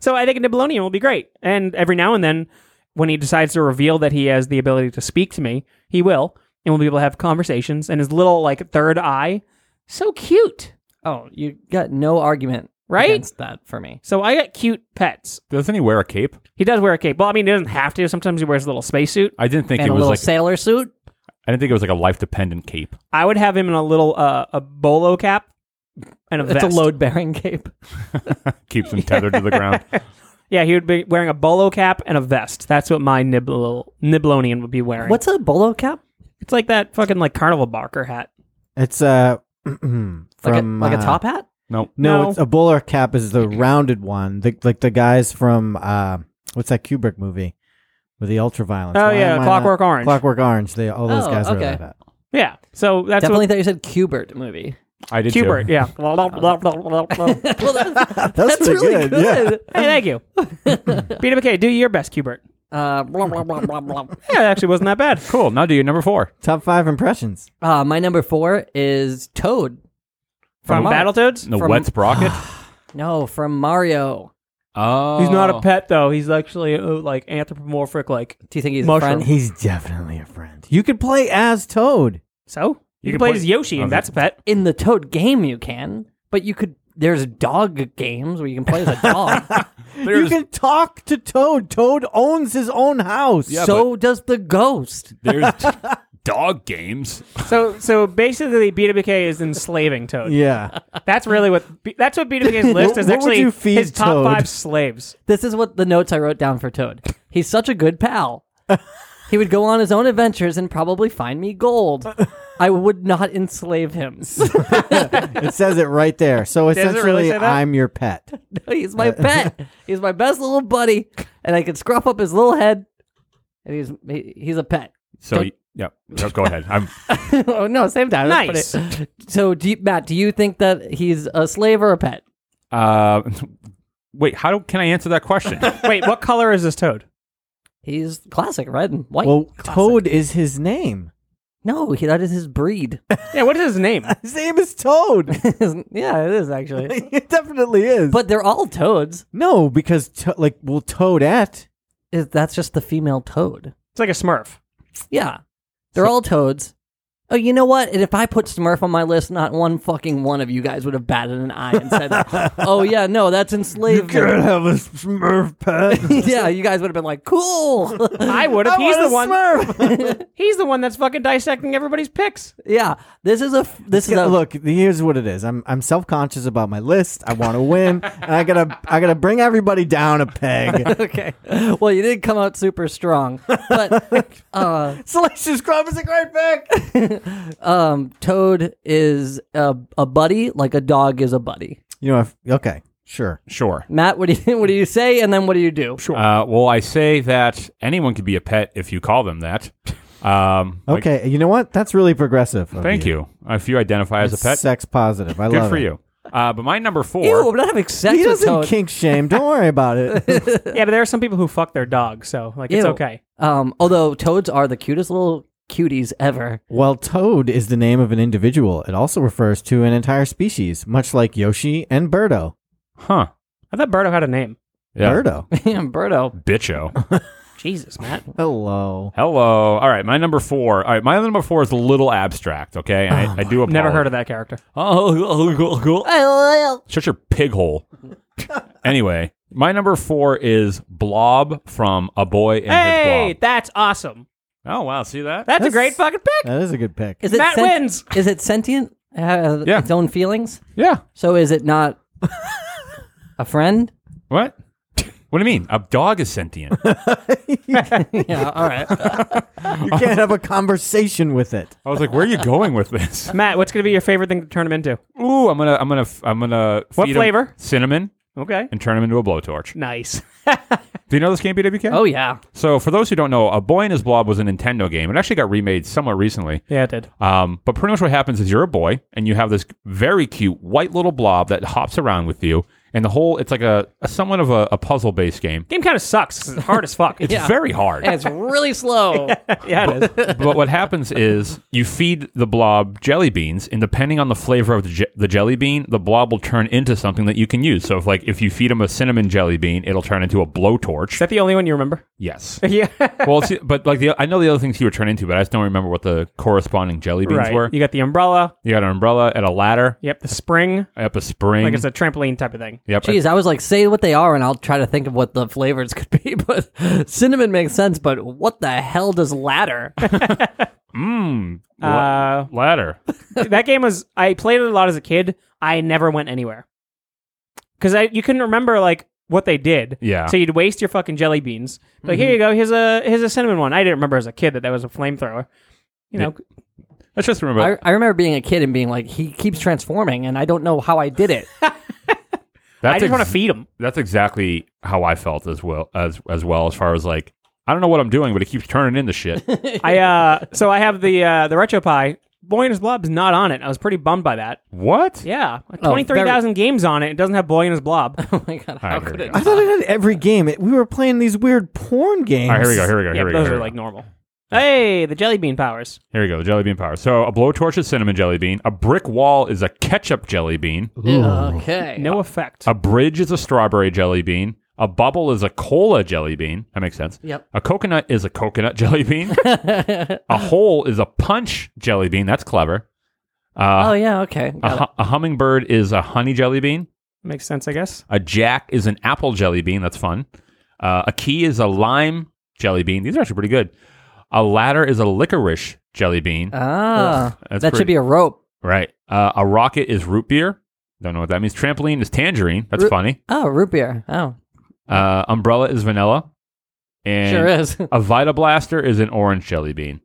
S5: so I think a Nibelonian will be great. And every now and then, when he decides to reveal that he has the ability to speak to me, he will, and we'll be able to have conversations. And his little like third eye, so cute,
S4: Oh, you got no argument
S5: right?
S4: against that for me.
S5: So I got cute pets.
S1: Doesn't he wear a cape?
S5: He does wear a cape. Well, I mean, he doesn't have to. Sometimes he wears a little spacesuit.
S1: I didn't think
S4: And
S1: it
S4: a
S1: was
S4: little
S1: like
S4: sailor suit.
S1: I didn't think it was like a life dependent cape.
S5: I would have him in a little uh, a bolo cap and a
S4: It's
S5: vest.
S4: a load bearing cape.
S1: Keeps him tethered to the ground.
S5: Yeah, he would be wearing a bolo cap and a vest. That's what my nibble Nibelonian would be wearing.
S4: What's a bolo cap?
S5: It's like that fucking like carnival barker hat.
S2: It's uh, from
S4: Like, a, like
S2: uh,
S4: a top hat?
S1: No.
S2: No,
S5: No.
S2: It's, a bowler cap is the rounded one. The, like the guys from uh, what's that Kubrick movie with the ultraviolence?
S5: Oh
S2: Why
S5: yeah,
S2: am I
S5: Clockwork
S2: not-
S5: Orange.
S2: Clockwork Orange. They all those
S4: Oh,
S2: guys are
S4: okay.
S2: like that.
S5: Yeah. So that's
S4: Definitely thought you said Cubert movie.
S1: I did
S5: what Hubert.
S1: too.
S5: Yeah. hey,
S4: well, that's,
S2: That's, pretty
S4: really
S2: Yeah.
S4: good.
S5: thank you. BWK, do your best, Hubert.
S4: Uh, blah, blah, blah, blah, blah.
S5: Yeah, it actually wasn't that bad.
S1: Cool. Now do your number four.
S2: Top five impressions.
S4: Uh, my number four is Toad.
S5: From
S4: Mario.
S5: Battletoads?
S1: The
S4: From-
S1: wet sprocket.
S4: No, from Mario.
S1: oh.
S5: He's not a pet though. He's actually uh, like anthropomorphic like
S4: Do you think he's
S5: Mushroom.
S4: a friend?
S2: He's definitely a friend. You could play as Toad.
S5: so? You, can play, as Yoshi and
S1: Okay.
S5: that's a pet.
S4: In the Toad game, you can, but you could. There's dog games where you can play as a dog.
S2: you can talk to Toad. Toad owns his own house.
S4: so does the ghost.
S1: There's dog games.
S5: So so basically BWK is enslaving Toad.
S2: Yeah.
S5: That's really what B- that's what BWK's list is
S2: what would
S5: actually
S2: you feed
S5: his top
S2: Toad?
S5: 5 slaves.
S4: This is what the notes I wrote down for Toad. He's such a good pal. He would go on his own adventures and probably find me gold. I would not enslave him.
S2: it says it right there. So
S5: it really
S2: essentially,
S5: say that?
S2: I'm your pet.
S4: he's my pet. He's my best little buddy, and I can scruff up his little head. And he's he, he's a pet.
S1: So y- yeah. No, go ahead. I'm
S4: oh no, same time.
S5: Nice.
S4: That's funny. So, do you, Matt, do you think that he's a slave or a pet?
S1: uh wait, how do, can I answer that question?
S5: Wait, what color is this toad?
S4: He's classic red and white.
S2: Well, Toad is his name.
S4: no, he, that is his breed.
S5: Yeah, what is his name?
S2: His name is Toad.
S4: yeah, it is actually.
S2: it definitely is.
S4: But they're all toads.
S2: no, because to- like well, Toadette.
S4: Is that's just the female toad?
S5: It's like a Smurf.
S4: Yeah, they're all toads. oh, you know what? And if I put Smurf on my list, not one fucking one of you guys would have batted an eye and said, "Oh yeah, no, that's enslavement."
S2: have a Smurf pet.
S4: yeah, you guys would have been like, "Cool."
S5: I would
S2: I
S5: have. He's
S2: want
S5: the
S2: a
S5: one.
S2: Smurf.
S5: He's the one that's fucking dissecting everybody's picks.
S4: yeah, this is a f- this is
S2: Yeah,
S4: a
S2: Look, here's what it is. I'm I'm self conscious about my list. I want to win, and I gotta I gotta bring everybody down a peg.
S4: Okay. Well, you did come out super strong, but uh,
S2: Salacious Crumb is a great pick.
S4: um, Toad is a, a buddy, like a dog is a buddy.
S2: You know, if, okay, sure.
S1: Sure.
S4: Matt, what do you what do you say, and then what do you do? Sure.
S1: Uh, well, I say that anyone could be a pet if you call them that. Um, like-
S2: Okay, you know what? That's really progressive. of
S1: thank you. If you identify as a pet,
S2: Sex positive. I
S1: good
S2: love
S1: for
S2: it.
S1: you. Uh, but my number four.
S4: Ew, I'm not having sex
S2: He
S4: with
S2: doesn't
S4: Toad.
S2: kink shame. Don't worry about it.
S5: Yeah, but there are some people who fuck their dog, so like it's
S4: Ew.
S5: okay.
S4: Um, although Toads are the cutest little cuties ever.
S2: While Toad is the name of an individual, it also refers to an entire species, much like Yoshi and Birdo.
S1: Huh.
S5: I thought Birdo had a name.
S1: Yeah.
S2: Birdo.
S4: Man, Birdo.
S1: Bitcho.
S5: Jesus, Matt.
S2: Hello.
S1: Hello. All right. My number four. All right. My number four is a little abstract. Okay. I,
S2: Oh
S1: I do apologize.
S5: Never heard of that character.
S1: Oh, shut your pig hole. anyway, my number four is Blob from A Boy and
S5: hey,
S1: His
S5: that's awesome.
S1: Blob. Oh wow, see that?
S5: That's, a
S2: That's-
S5: great fucking pick.
S2: That is a good pick.
S4: Is it
S5: Matt
S4: sen-
S5: wins.
S4: Is it sentient? Uh,
S1: Yeah.
S4: Its own feelings.
S1: yeah.
S4: So is it not a friend?
S1: What? What do you mean? A dog is sentient. I
S4: Yeah. All right.
S2: You can't have a conversation with it.
S1: was like, where are you going with this?
S5: Matt, what's gonna be your favorite thing to turn him into?
S1: Ooh, I'm gonna, I'm gonna, I'm gonna.
S5: What
S1: feed 'em
S5: flavor?
S1: Cinnamon,
S5: Okay.
S1: and turn him into a blowtorch.
S5: Nice.
S1: Do you know this game, BWK?
S4: Oh yeah.
S1: So for those who don't know, A Boy and His Blob was a Nintendo game. It actually got remade somewhat recently.
S5: yeah, it did.
S1: Um, but pretty much what happens is you're a boy and you have this very cute white little blob that hops around with you, and the whole it's like a, a somewhat of a, a puzzle based game.
S5: Game kind of sucks. 'cause It's hard as fuck.
S1: It's very hard.
S4: And it's really slow.
S5: yeah, it is.
S1: but what happens is you feed the blob jelly beans, and depending on the flavor of the, je- the jelly bean, the blob will turn into something that you can use. So if like if you feed him a cinnamon jelly bean, it'll turn into a
S5: Is
S1: blowtorch.
S5: that the only one you remember?
S1: yes.
S5: yeah.
S1: well, see, but like the I know the other things he would turn into, but I just don't remember what the corresponding jelly beans
S5: Right.
S1: were.
S5: You got the umbrella.
S1: You got an umbrella and a ladder
S5: Yep. The spring.
S1: up a spring.
S5: Like it's a trampoline type of thing.
S1: yep.
S4: Jeez, I was like, say what they are, and I'll try to think of what the flavors could be. But cinnamon makes sense. But what the hell does ladder?
S1: Mmm.
S5: Uh,
S1: ladder.
S5: that game was I played it a lot as a kid. I never went anywhere because I you couldn't remember like what they did.
S1: Yeah. Mm-hmm.
S5: So you'd waste your fucking jelly beans. Like here you go. Here's a here's a cinnamon one. I didn't remember as a kid that that was a flamethrower. You know,
S1: Let's just remember.
S4: I, I remember being a kid and being like, he keeps transforming, and I don't know how I did it.
S1: that's
S5: I just want to
S1: ex-
S5: feed them.
S1: That's exactly how I felt as well as as well as far as like I don't know what I'm doing, but it keeps turning into shit.
S5: I uh so I have the uh the retro pie. Boy and his Blob's not on it. I was pretty bummed by that.
S1: what?
S5: Yeah,
S4: Oh,
S5: twenty three thousand games on it. It doesn't have Boy and his Blob.
S4: oh my god, how
S1: right, here
S4: could
S1: we
S4: it?
S1: go.
S2: I thought it had every game. It, we were playing these weird porn games.
S1: All right, here we go. Here we go.
S5: yeah,
S1: Here we go.
S5: those
S1: Here
S5: are
S1: we go.
S5: like normal. Hey, the jelly bean powers.
S1: Here we go. The jelly bean power. So a blowtorch is cinnamon jelly bean. A brick wall is a ketchup jelly bean.
S4: Okay.
S5: No effect.
S1: A bridge is a strawberry jelly bean. A bubble is a cola jelly bean. That makes sense.
S4: Yep.
S1: A coconut is a coconut jelly bean. a hole is a punch jelly bean. That's clever. Uh,
S4: Oh yeah. Okay.
S1: a,
S4: Got it.
S1: hu- a hummingbird is a honey jelly bean.
S5: Makes sense, I guess.
S1: A jack is an apple jelly bean. That's fun. Uh, a key is a lime jelly bean. These are actually pretty good. A ladder is a licorice jelly bean.
S4: Ah,
S1: That's
S4: that
S1: pretty-
S4: should be a rope.
S1: right. Uh, a rocket is root beer. Don't know what that means. Trampoline is tangerine. That's
S4: Root-
S1: funny.
S4: Oh, root beer. Oh,
S1: Uh, umbrella is vanilla. And
S4: sure is.
S1: a Vita Blaster is an orange jelly bean.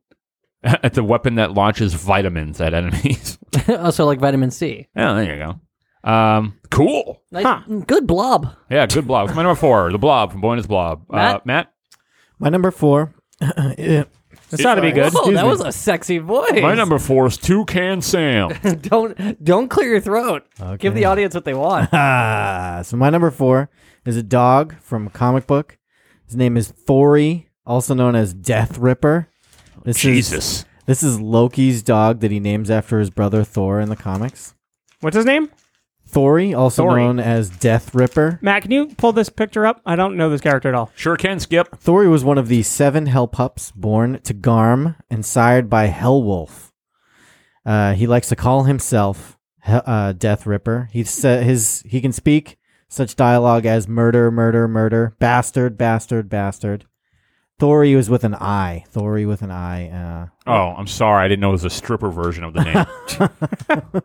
S1: it's a weapon that launches vitamins at enemies.
S4: also, like vitamin C.
S1: oh, there you go. Um, cool.
S4: Nice, Mm,
S5: Huh.
S4: Good blob.
S1: Yeah, good blob. My number four, the blob from Boy and His Blob. Uh,
S4: Matt?
S1: Matt?
S2: My number four. it,
S5: This ought to be good.
S4: Oh,
S2: Excuse
S4: that
S2: me.
S4: was a sexy voice.
S1: My number four is Toucan Sam.
S4: don't don't clear your throat. Give the audience what they want.
S2: Ah, so my number four is a dog from a comic book. His name is Thory, also known as Death Ripper. This Is,
S1: Jesus.
S2: this is Loki's dog that he names after his brother Thor in the comics.
S5: What's his name?
S2: Thory, also
S5: Thory.
S2: known as Death Ripper.
S5: Matt, can you pull this picture up? I don't know this character at all.
S1: Sure can skip.
S2: Thory was one of the seven hell pups born to Garm and sired by Hellwolf. Uh, he likes to call himself he- uh, Death Ripper. He sa- his he can speak such dialogue as murder, murder, murder, bastard, bastard, bastard. Thori was with an I. Thori with an I.
S1: Oh, I'm sorry. I didn't know it was a stripper version of the name.
S2: Uh.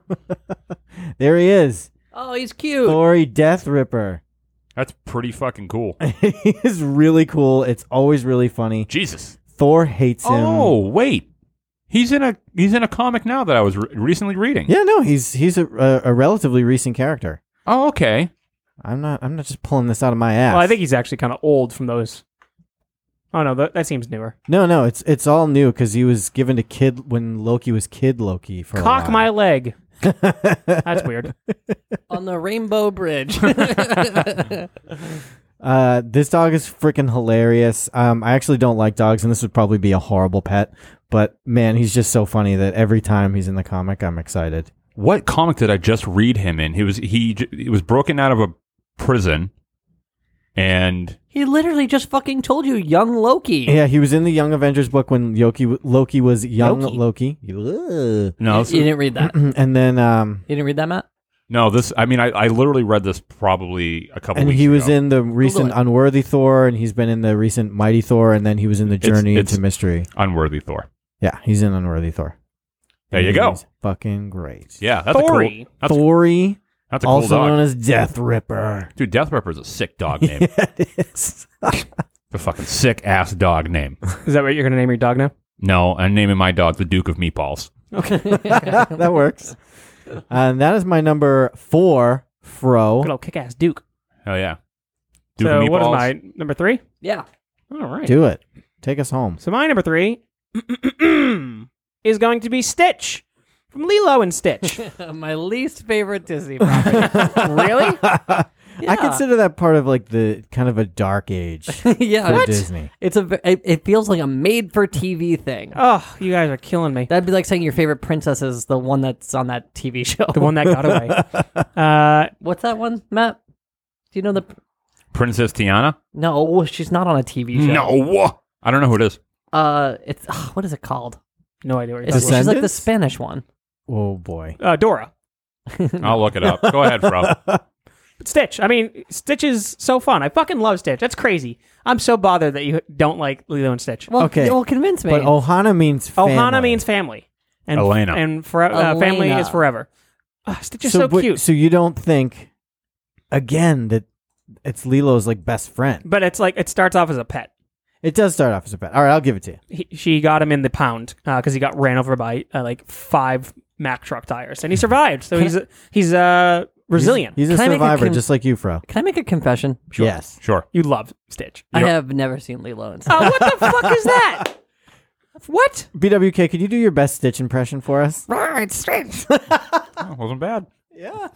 S2: there he is,
S4: Oh, he's cute.
S2: Thori Death Ripper.
S1: That's pretty fucking cool.
S2: he is really cool. It's always really funny.
S1: Jesus.
S2: Thor hates him.
S1: Oh, wait. He's in a he's in a comic now that I was re- recently reading.
S2: yeah, no, he's he's a, a, a relatively recent character.
S1: Oh, okay.
S2: I'm not I'm not just pulling this out of my ass.
S5: Well, I think he's actually kind of old from those. Oh no, that, that seems newer.
S2: No, no, it's it's all new because he was given to kid when Loki was kid Loki for
S5: Cock
S2: a
S5: my
S2: while.
S5: leg. That's weird.
S4: on the Rainbow Bridge.
S2: Uh, this dog is freaking hilarious. Um, I actually don't like dogs, and this would probably be a horrible pet. But man, he's just so funny that every time he's in the comic, I'm excited.
S1: What comic did I just read him in? He was he j- he was broken out of a prison, and
S4: he literally just fucking told you, young Loki.
S2: Yeah, he was in the Young Avengers book when Loki Loki was young Loki. Ugh.
S1: no,
S4: You
S1: this,
S4: didn't read that.
S2: and then um,
S4: You didn't read that, Matt?
S1: no, this. I mean, I, I literally read this probably a couple.
S2: and
S1: weeks
S2: he was
S1: ago.
S2: in the recent
S4: it.
S2: Unworthy Thor, and he's been in the recent Mighty Thor, and then he was in the
S1: It's-
S2: Journey
S1: it's-
S2: into Mystery.
S1: Unworthy Thor.
S2: Yeah, he's in Unworthy Thor.
S1: There you go.
S2: He's fucking great.
S1: Yeah, that's a cool.
S5: Thory.
S1: That's, a-
S2: Thory,
S1: that's a cool
S2: also
S1: dog,
S2: known as Death Ripper.
S1: dude. Death Ripper is a sick dog name.
S2: Yeah, it is.
S1: The fucking sick ass dog name.
S5: Is that what you're gonna name your dog now?
S1: No, I'm naming my dog the Duke of Meatballs.
S2: that works. And that is my number four,
S5: Good
S2: Fro.
S5: old kick-ass Duke.
S1: Hell yeah, Duke
S5: so
S1: of Meatballs.
S5: what is my number three?
S4: Yeah.
S5: All right.
S2: Do it. Take us home.
S5: So my number three is going to be Stitch from Lilo and Stitch.
S4: My least favorite Disney property.
S5: really?
S2: I consider that part of like the kind of a dark age for
S4: yeah.
S2: Disney.
S4: It's a. ve- It, it feels like a made-for-TV thing.
S5: Oh, you guys are killing me.
S4: That'd be like saying your favorite princess is the one that's on that TV show.
S5: The one that got away. Uh,
S4: What's that one, Matt? Do you know the?
S1: Princess Tiana?
S4: No, oh, she's not on a TV show.
S1: No, I don't know who it is.
S4: Uh, it's ugh, what is it called?
S5: no idea. What you're
S4: It's,
S5: talking
S2: Descendants?
S4: she's like the Spanish one.
S2: Oh boy.
S5: about. Uh, Dora.
S1: I'll look it up. Go ahead, Fro.
S5: But Stitch. I mean, Stitch is so fun. I fucking love Stitch. That's crazy. I'm so bothered that you don't like Lilo and Stitch.
S4: Well,
S2: Okay.
S4: Well, convince me.
S2: But
S5: oh.
S2: Ohana means family.
S5: Ohana means family. And
S1: Elena.
S5: And for, uh,
S4: Elena.
S5: family is forever. Ah, Stitch is so,
S2: but-
S5: cute.
S2: So you don't think again that it's Lilo's like best friend?
S5: but it's like, it starts off as a pet.
S2: It does start off as a pet. All right, I'll give it to you.
S5: He, she got him in the pound because he got ran over by uh, like five Mack truck tires and he survived. So he's, he's uh, resilient.
S2: He's a
S4: Can I make a
S2: survivor,
S4: con-
S2: just like you, Fro.
S4: Can I make a confession?
S2: Yes.
S1: Sure.
S5: you love Stitch.
S4: I have never seen Lilo and Stitch.
S5: Oh, what the fuck is that? What?
S2: BWK, could you do your best Stitch impression for us?
S1: Oh, wasn't bad.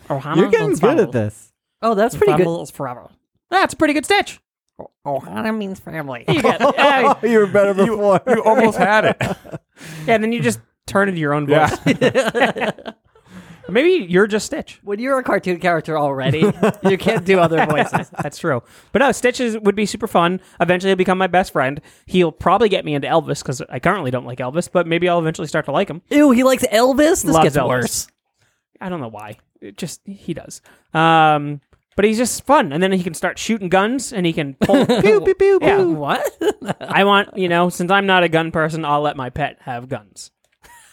S5: Ohana
S2: You're getting
S5: means
S2: good
S5: family.
S2: at this.
S4: Oh, that's pretty good.
S5: Family Oh. is forever. That's a pretty good Stitch.
S4: Ohana means family.
S5: You get, yeah,
S2: you were better before.
S1: You almost had it.
S5: yeah, then you just turn into your own voice. Maybe you're just Stitch.
S4: When you're a cartoon character already, you can't do other voices.
S5: That's true. But no, Stitch is, would be super fun. Eventually, he'll become my best friend. He'll probably get me into Elvis because I currently don't like Elvis, but maybe I'll eventually start to like him.
S4: Ew, he likes Elvis. This
S5: Loves
S4: gets
S5: Elvis.
S4: worse.
S5: I don't know why. It just he does. Um, but he's just fun, and then he can start shooting guns, and he can pull. pew, pew, pew, yeah.
S4: What?
S5: I want you know, since I'm not a gun person, I'll let my pet have guns.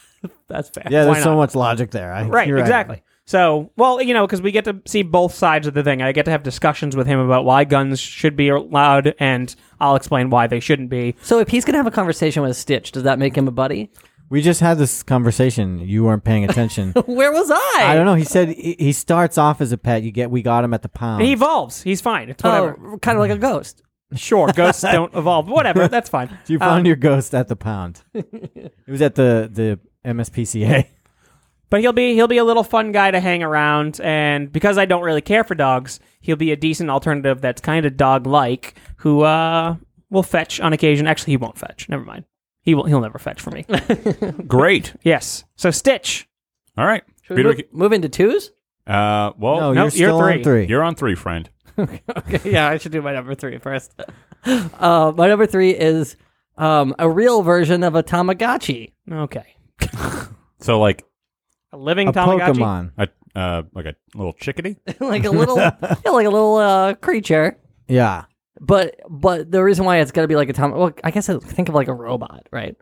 S5: That's fair.
S2: yeah,
S5: Why
S2: there's so
S5: not?
S2: much logic there. I,
S5: right,
S2: you're
S5: exactly. So, well, you know, because we get to see both sides of the thing. I get to have discussions with him about why guns should be allowed, and I'll explain why they shouldn't be.
S4: So if he's gonna have a conversation with Stitch, does that make him a buddy?
S2: We just had this conversation. You weren't paying attention.
S4: Where was I?
S2: I don't know. He said he he starts off as a pet. You get we got him at the pound.
S5: And he evolves. He's fine. It's whatever.
S4: Oh, kind of like a ghost.
S5: Sure, ghosts don't evolve. Whatever. That's fine.
S2: you found your ghost at the pound. it was at the the MSPCA.
S5: But he'll be he'll be a little fun guy to hang around, and because I don't really care for dogs, he'll be a decent alternative that's kind of dog like, who uh, will fetch on occasion. Actually, he won't fetch. Never mind. He will. He'll never fetch for me.
S1: Great.
S5: yes. So Stitch.
S1: All right.
S4: Should we
S1: Peter,
S4: move, move into twos?
S1: uh, well,
S2: no,
S5: no,
S2: you're
S5: you're
S2: still on
S5: three.
S2: three.
S1: you're on three, friend.
S4: yeah, I should do my number three first. Uh, my number three is um, a real version of a Tamagotchi.
S5: Okay.
S1: So, like,
S5: A living
S2: a
S5: Tamagotchi?
S2: Pokemon.
S1: A, uh, like a little chickadee?
S4: like a little, yeah, like a little uh, creature.
S2: Yeah.
S4: But but the reason why it's gonna be like a Tom, well, I guess I think of like a robot, right?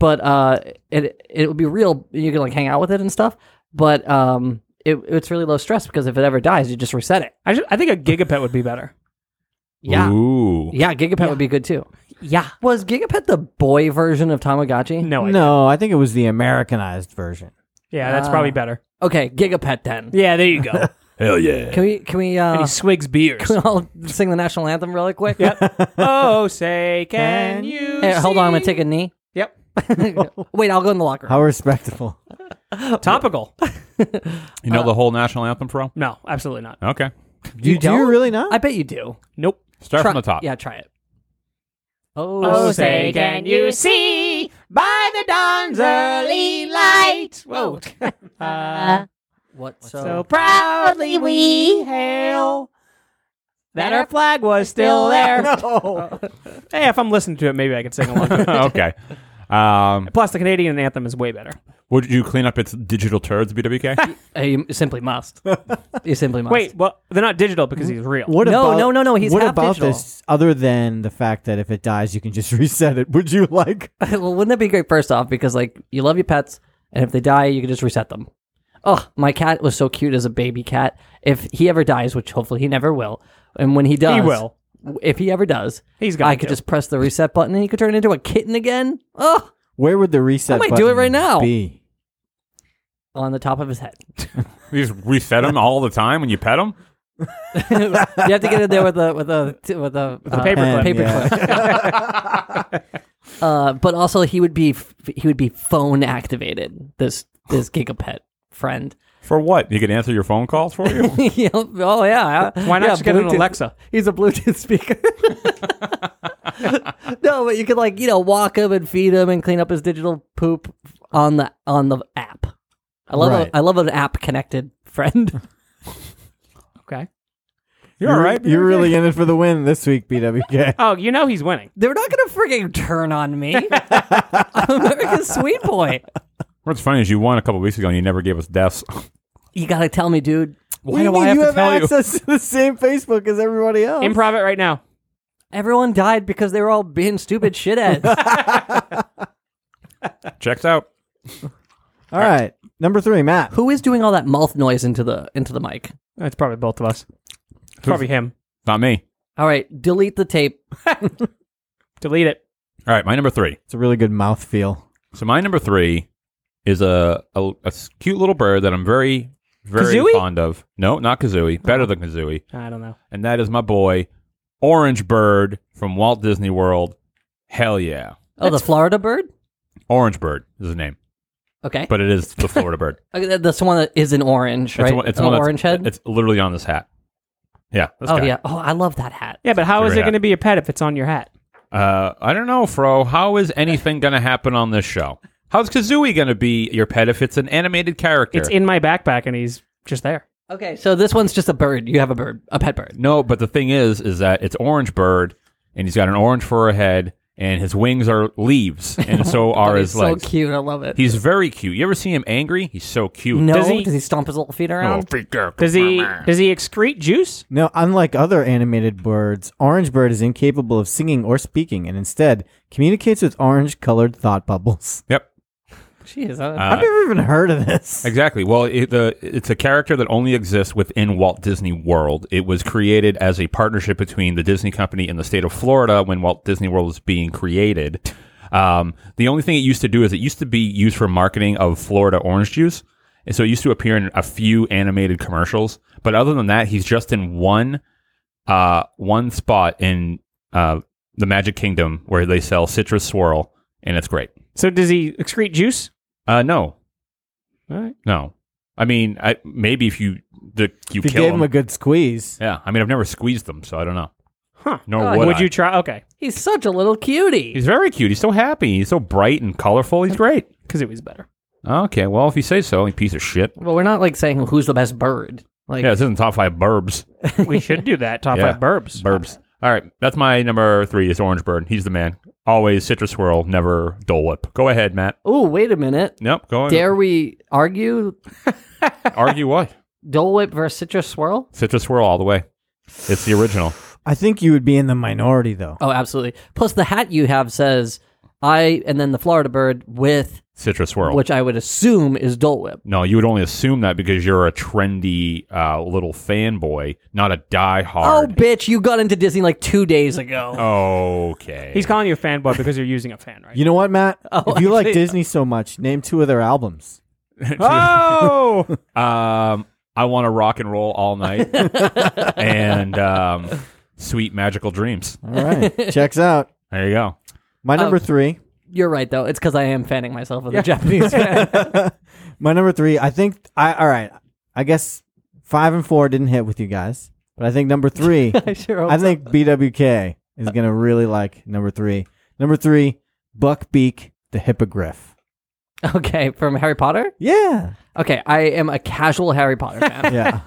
S4: But uh, it it would be real. You can like hang out with it and stuff. But um, it, it's really low stress because if it ever dies, you just reset it.
S5: I, just, I think a Gigapet would be better.
S4: Yeah,
S1: Ooh.
S4: yeah. Gigapet would be good too.
S5: Yeah.
S4: Was Gigapet the boy version of Tamagotchi?
S5: No. I-
S2: No, I think it was the Americanized version.
S5: Yeah, that's probably better.
S4: Okay, Gigapet then.
S5: Yeah, there you go. and
S1: Hell yeah.
S4: Can we can we
S5: he
S4: uh
S5: swigs beers.
S4: can we all sing the national anthem really quick?
S5: oh, say can you?
S4: Hey, hold on, I'm gonna take a knee.
S5: Yep.
S4: Wait, I'll go in the locker. room.
S2: How respectful.
S5: Topical.
S1: You know the whole national anthem, Pro?
S5: No, absolutely not.
S1: Okay.
S2: You, do you
S4: don't?
S2: really not?
S4: I bet you do.
S5: Nope.
S1: Start
S4: Try-
S1: from the top.
S4: Yeah, try it. Oh,
S5: say can you see by the dawn's early light? Whoa. Uh,
S4: what so?
S5: so proudly we hail that our flag was still there. Oh. Hey, if I'm listening to it, maybe I could sing along.
S1: okay. Um,
S5: Plus, the Canadian anthem is way better.
S1: would you clean up its digital turds, BWK?
S4: Uh, you simply must. you simply must.
S5: Wait, well, they're not digital because he's real.
S2: What
S4: No,
S2: about,
S4: no, no, no, he's
S2: what
S4: half
S2: about
S4: digital.
S2: this? Other than the fact that if it dies, you can just reset it. Would you like?
S4: well, wouldn't that be great? First off, because like you love your pets, and if they die, you can just reset them. Oh, my cat was so cute as a baby cat. If he ever dies, which hopefully he never will, and when he does,
S5: will.
S4: If he ever does,
S5: He's going
S4: I could
S5: to.
S4: just press the reset button, and he could turn into a kitten again. Oh,
S2: Where would the reset?
S4: I might do it
S2: button
S4: right now.
S2: Be
S4: on the top of his head.
S1: you just reset them all the time when you pet them?
S4: You have to get in there with a with a with a, uh,
S5: paperclip.
S2: Pen, yeah.
S4: clip. uh, but also, he would be f- he would be phone activated. This this gigapet friend.
S1: For what? You can answer your phone calls for you?
S4: Yep. Oh yeah.
S5: Why not
S4: Yeah,
S5: just get an
S4: Bluetooth.
S5: Alexa?
S4: He's a Bluetooth speaker. no, but you could like you know walk him and feed him and clean up his digital poop on the on the app. I love
S2: Right.
S4: a, I love an app connected friend.
S5: Okay.
S1: You're all right.
S2: You're really in it for the win this week, BWK.
S5: Oh, you know he's winning.
S4: They're not gonna frigging turn on me. I'm America's sweet boy.
S1: What's funny is you won a couple weeks ago and you never gave us deaths.
S4: You gotta tell me, dude.
S1: Why
S2: you
S1: do I
S2: mean
S1: have
S2: you
S1: to
S2: have
S1: tell you?
S2: access to the same Facebook as everybody else?
S5: Improv it right now.
S4: Everyone died because they were all being stupid shitheads.
S1: Checks out.
S2: all right, number three, Matt.
S4: Who is doing all that mouth noise into the into the mic?
S5: It's probably both of us. It's probably him.
S1: Not me.
S4: All right, delete the tape.
S5: Delete it.
S1: All right, my number three.
S2: It's a really good mouth feel.
S1: So my number three is a a, a s- cute little bird that I'm very very
S5: Kazooie?
S1: fond of. No, not Kazooie. Better than Kazooie,
S5: I don't know.
S1: and that is my boy Orange Bird from Walt Disney World. Hell yeah,
S4: Oh, the Florida bird.
S1: Orange Bird is his name,
S4: Okay,
S1: but it is the Florida bird.
S4: Okay, that- that's the one that is an orange, right?
S1: It's, one- it's one
S4: an
S1: that's-
S4: orange head.
S1: It's literally on this hat. Yeah. This
S4: oh
S1: guy.
S4: yeah. Oh, I love that hat.
S5: Yeah, but how
S1: Your
S5: is it
S1: hat.
S5: going to be a pet if it's on your hat?
S1: Uh, I don't know, Fro. How is anything going to happen on this show? How's Kazooie going to be your pet if it's an animated character?
S5: It's in my backpack and he's just there.
S4: Okay, so this one's just a bird. You have a bird, a pet bird.
S1: No, but the thing is, is that it's Orange Bird, and he's got an orange for a head, and his wings are leaves, and so are
S4: Oh,
S1: his
S4: he's so
S1: legs.
S4: cute. I love it.
S1: He's very cute. You ever see him angry? He's so cute.
S4: no,
S5: does
S4: does
S5: he-
S4: he, stomp his little feet
S1: Oh,
S4: around?
S1: freak out.
S5: Does he does he excrete juice?
S2: No, unlike other animated birds, Orange Bird is incapable of singing or speaking, and instead communicates with orange-colored thought bubbles.
S1: Yep,
S4: Jeez,
S1: Uh,
S2: I've never even heard of this.
S1: exactly. Well, it, the, it's a character that only exists within Walt Disney World. It was created as a partnership between the Disney Company and the state of Florida when Walt Disney World was being created. Um, the only thing it used to do is it used to be used for marketing of Florida orange juice. And so it used to appear in a few animated commercials. But other than that, he's just in one uh, one spot in uh, the Magic Kingdom where they sell citrus swirl, and it's great.
S5: So does he excrete juice?
S1: Uh, no,
S5: All right.
S1: no. I mean, I maybe if you the, you
S2: If
S1: kill
S2: you gave
S1: them.
S2: him a good squeeze,
S1: yeah, I mean, I've never squeezed them, so I don't know.
S5: Huh.
S1: Nor
S5: Uh,
S1: would,
S5: would
S1: I.
S5: you try? Okay,
S4: he's such a little cutie.
S1: He's very cute. He's so happy. He's so bright and colorful. He's great.
S5: because it was better.
S1: Okay, well, if you say so, you piece of shit.
S4: Well, we're not like saying who's the best bird. Like,
S1: Yeah, this isn't top five burbs.
S5: we should do that. Top
S1: Yeah.
S5: five burbs.
S1: Burbs. All right, that's my number three is Orange Bird. He's the man. Always citrus swirl, never Dole Whip. Go ahead, Matt.
S4: Oh, wait a minute.
S1: Nope, go ahead.
S4: Dare we argue
S1: Argue what?
S4: Dole Whip versus Citrus Swirl?
S1: Citrus swirl all the way. It's the original.
S2: I think you would be in the minority though.
S4: Oh, absolutely. Plus, the hat you have says I, and then the Florida bird with,
S1: Citrus swirl.
S4: which I would assume is Dole Whip.
S1: no, you would only assume that because you're a trendy uh, little fanboy, not a
S4: Oh,
S1: diehard.
S4: bitch, you got into Disney like two days ago.
S2: Oh,
S1: okay.
S5: He's calling you a fanboy because you're using a fan, right?
S2: You know what, Matt? if you like
S4: actually-
S2: Disney so much, name two of their albums.
S5: oh,
S1: um, I want to rock and roll all night and um, sweet magical dreams.
S2: All right, checks out.
S1: There you go.
S2: My number
S4: Um,
S2: three.
S4: You're right, though. It's because I am fanning myself with a Japanese fan.
S2: My number three. I think I. All right. I guess five and four didn't hit with you guys, but I think number three.
S4: I sure hope
S2: I think BWK is gonna really like number three. Number three, Buckbeak the hippogriff.
S4: so. Okay, from Harry Potter?
S2: Yeah,
S4: Okay, I am a casual Harry Potter fan.
S2: yeah.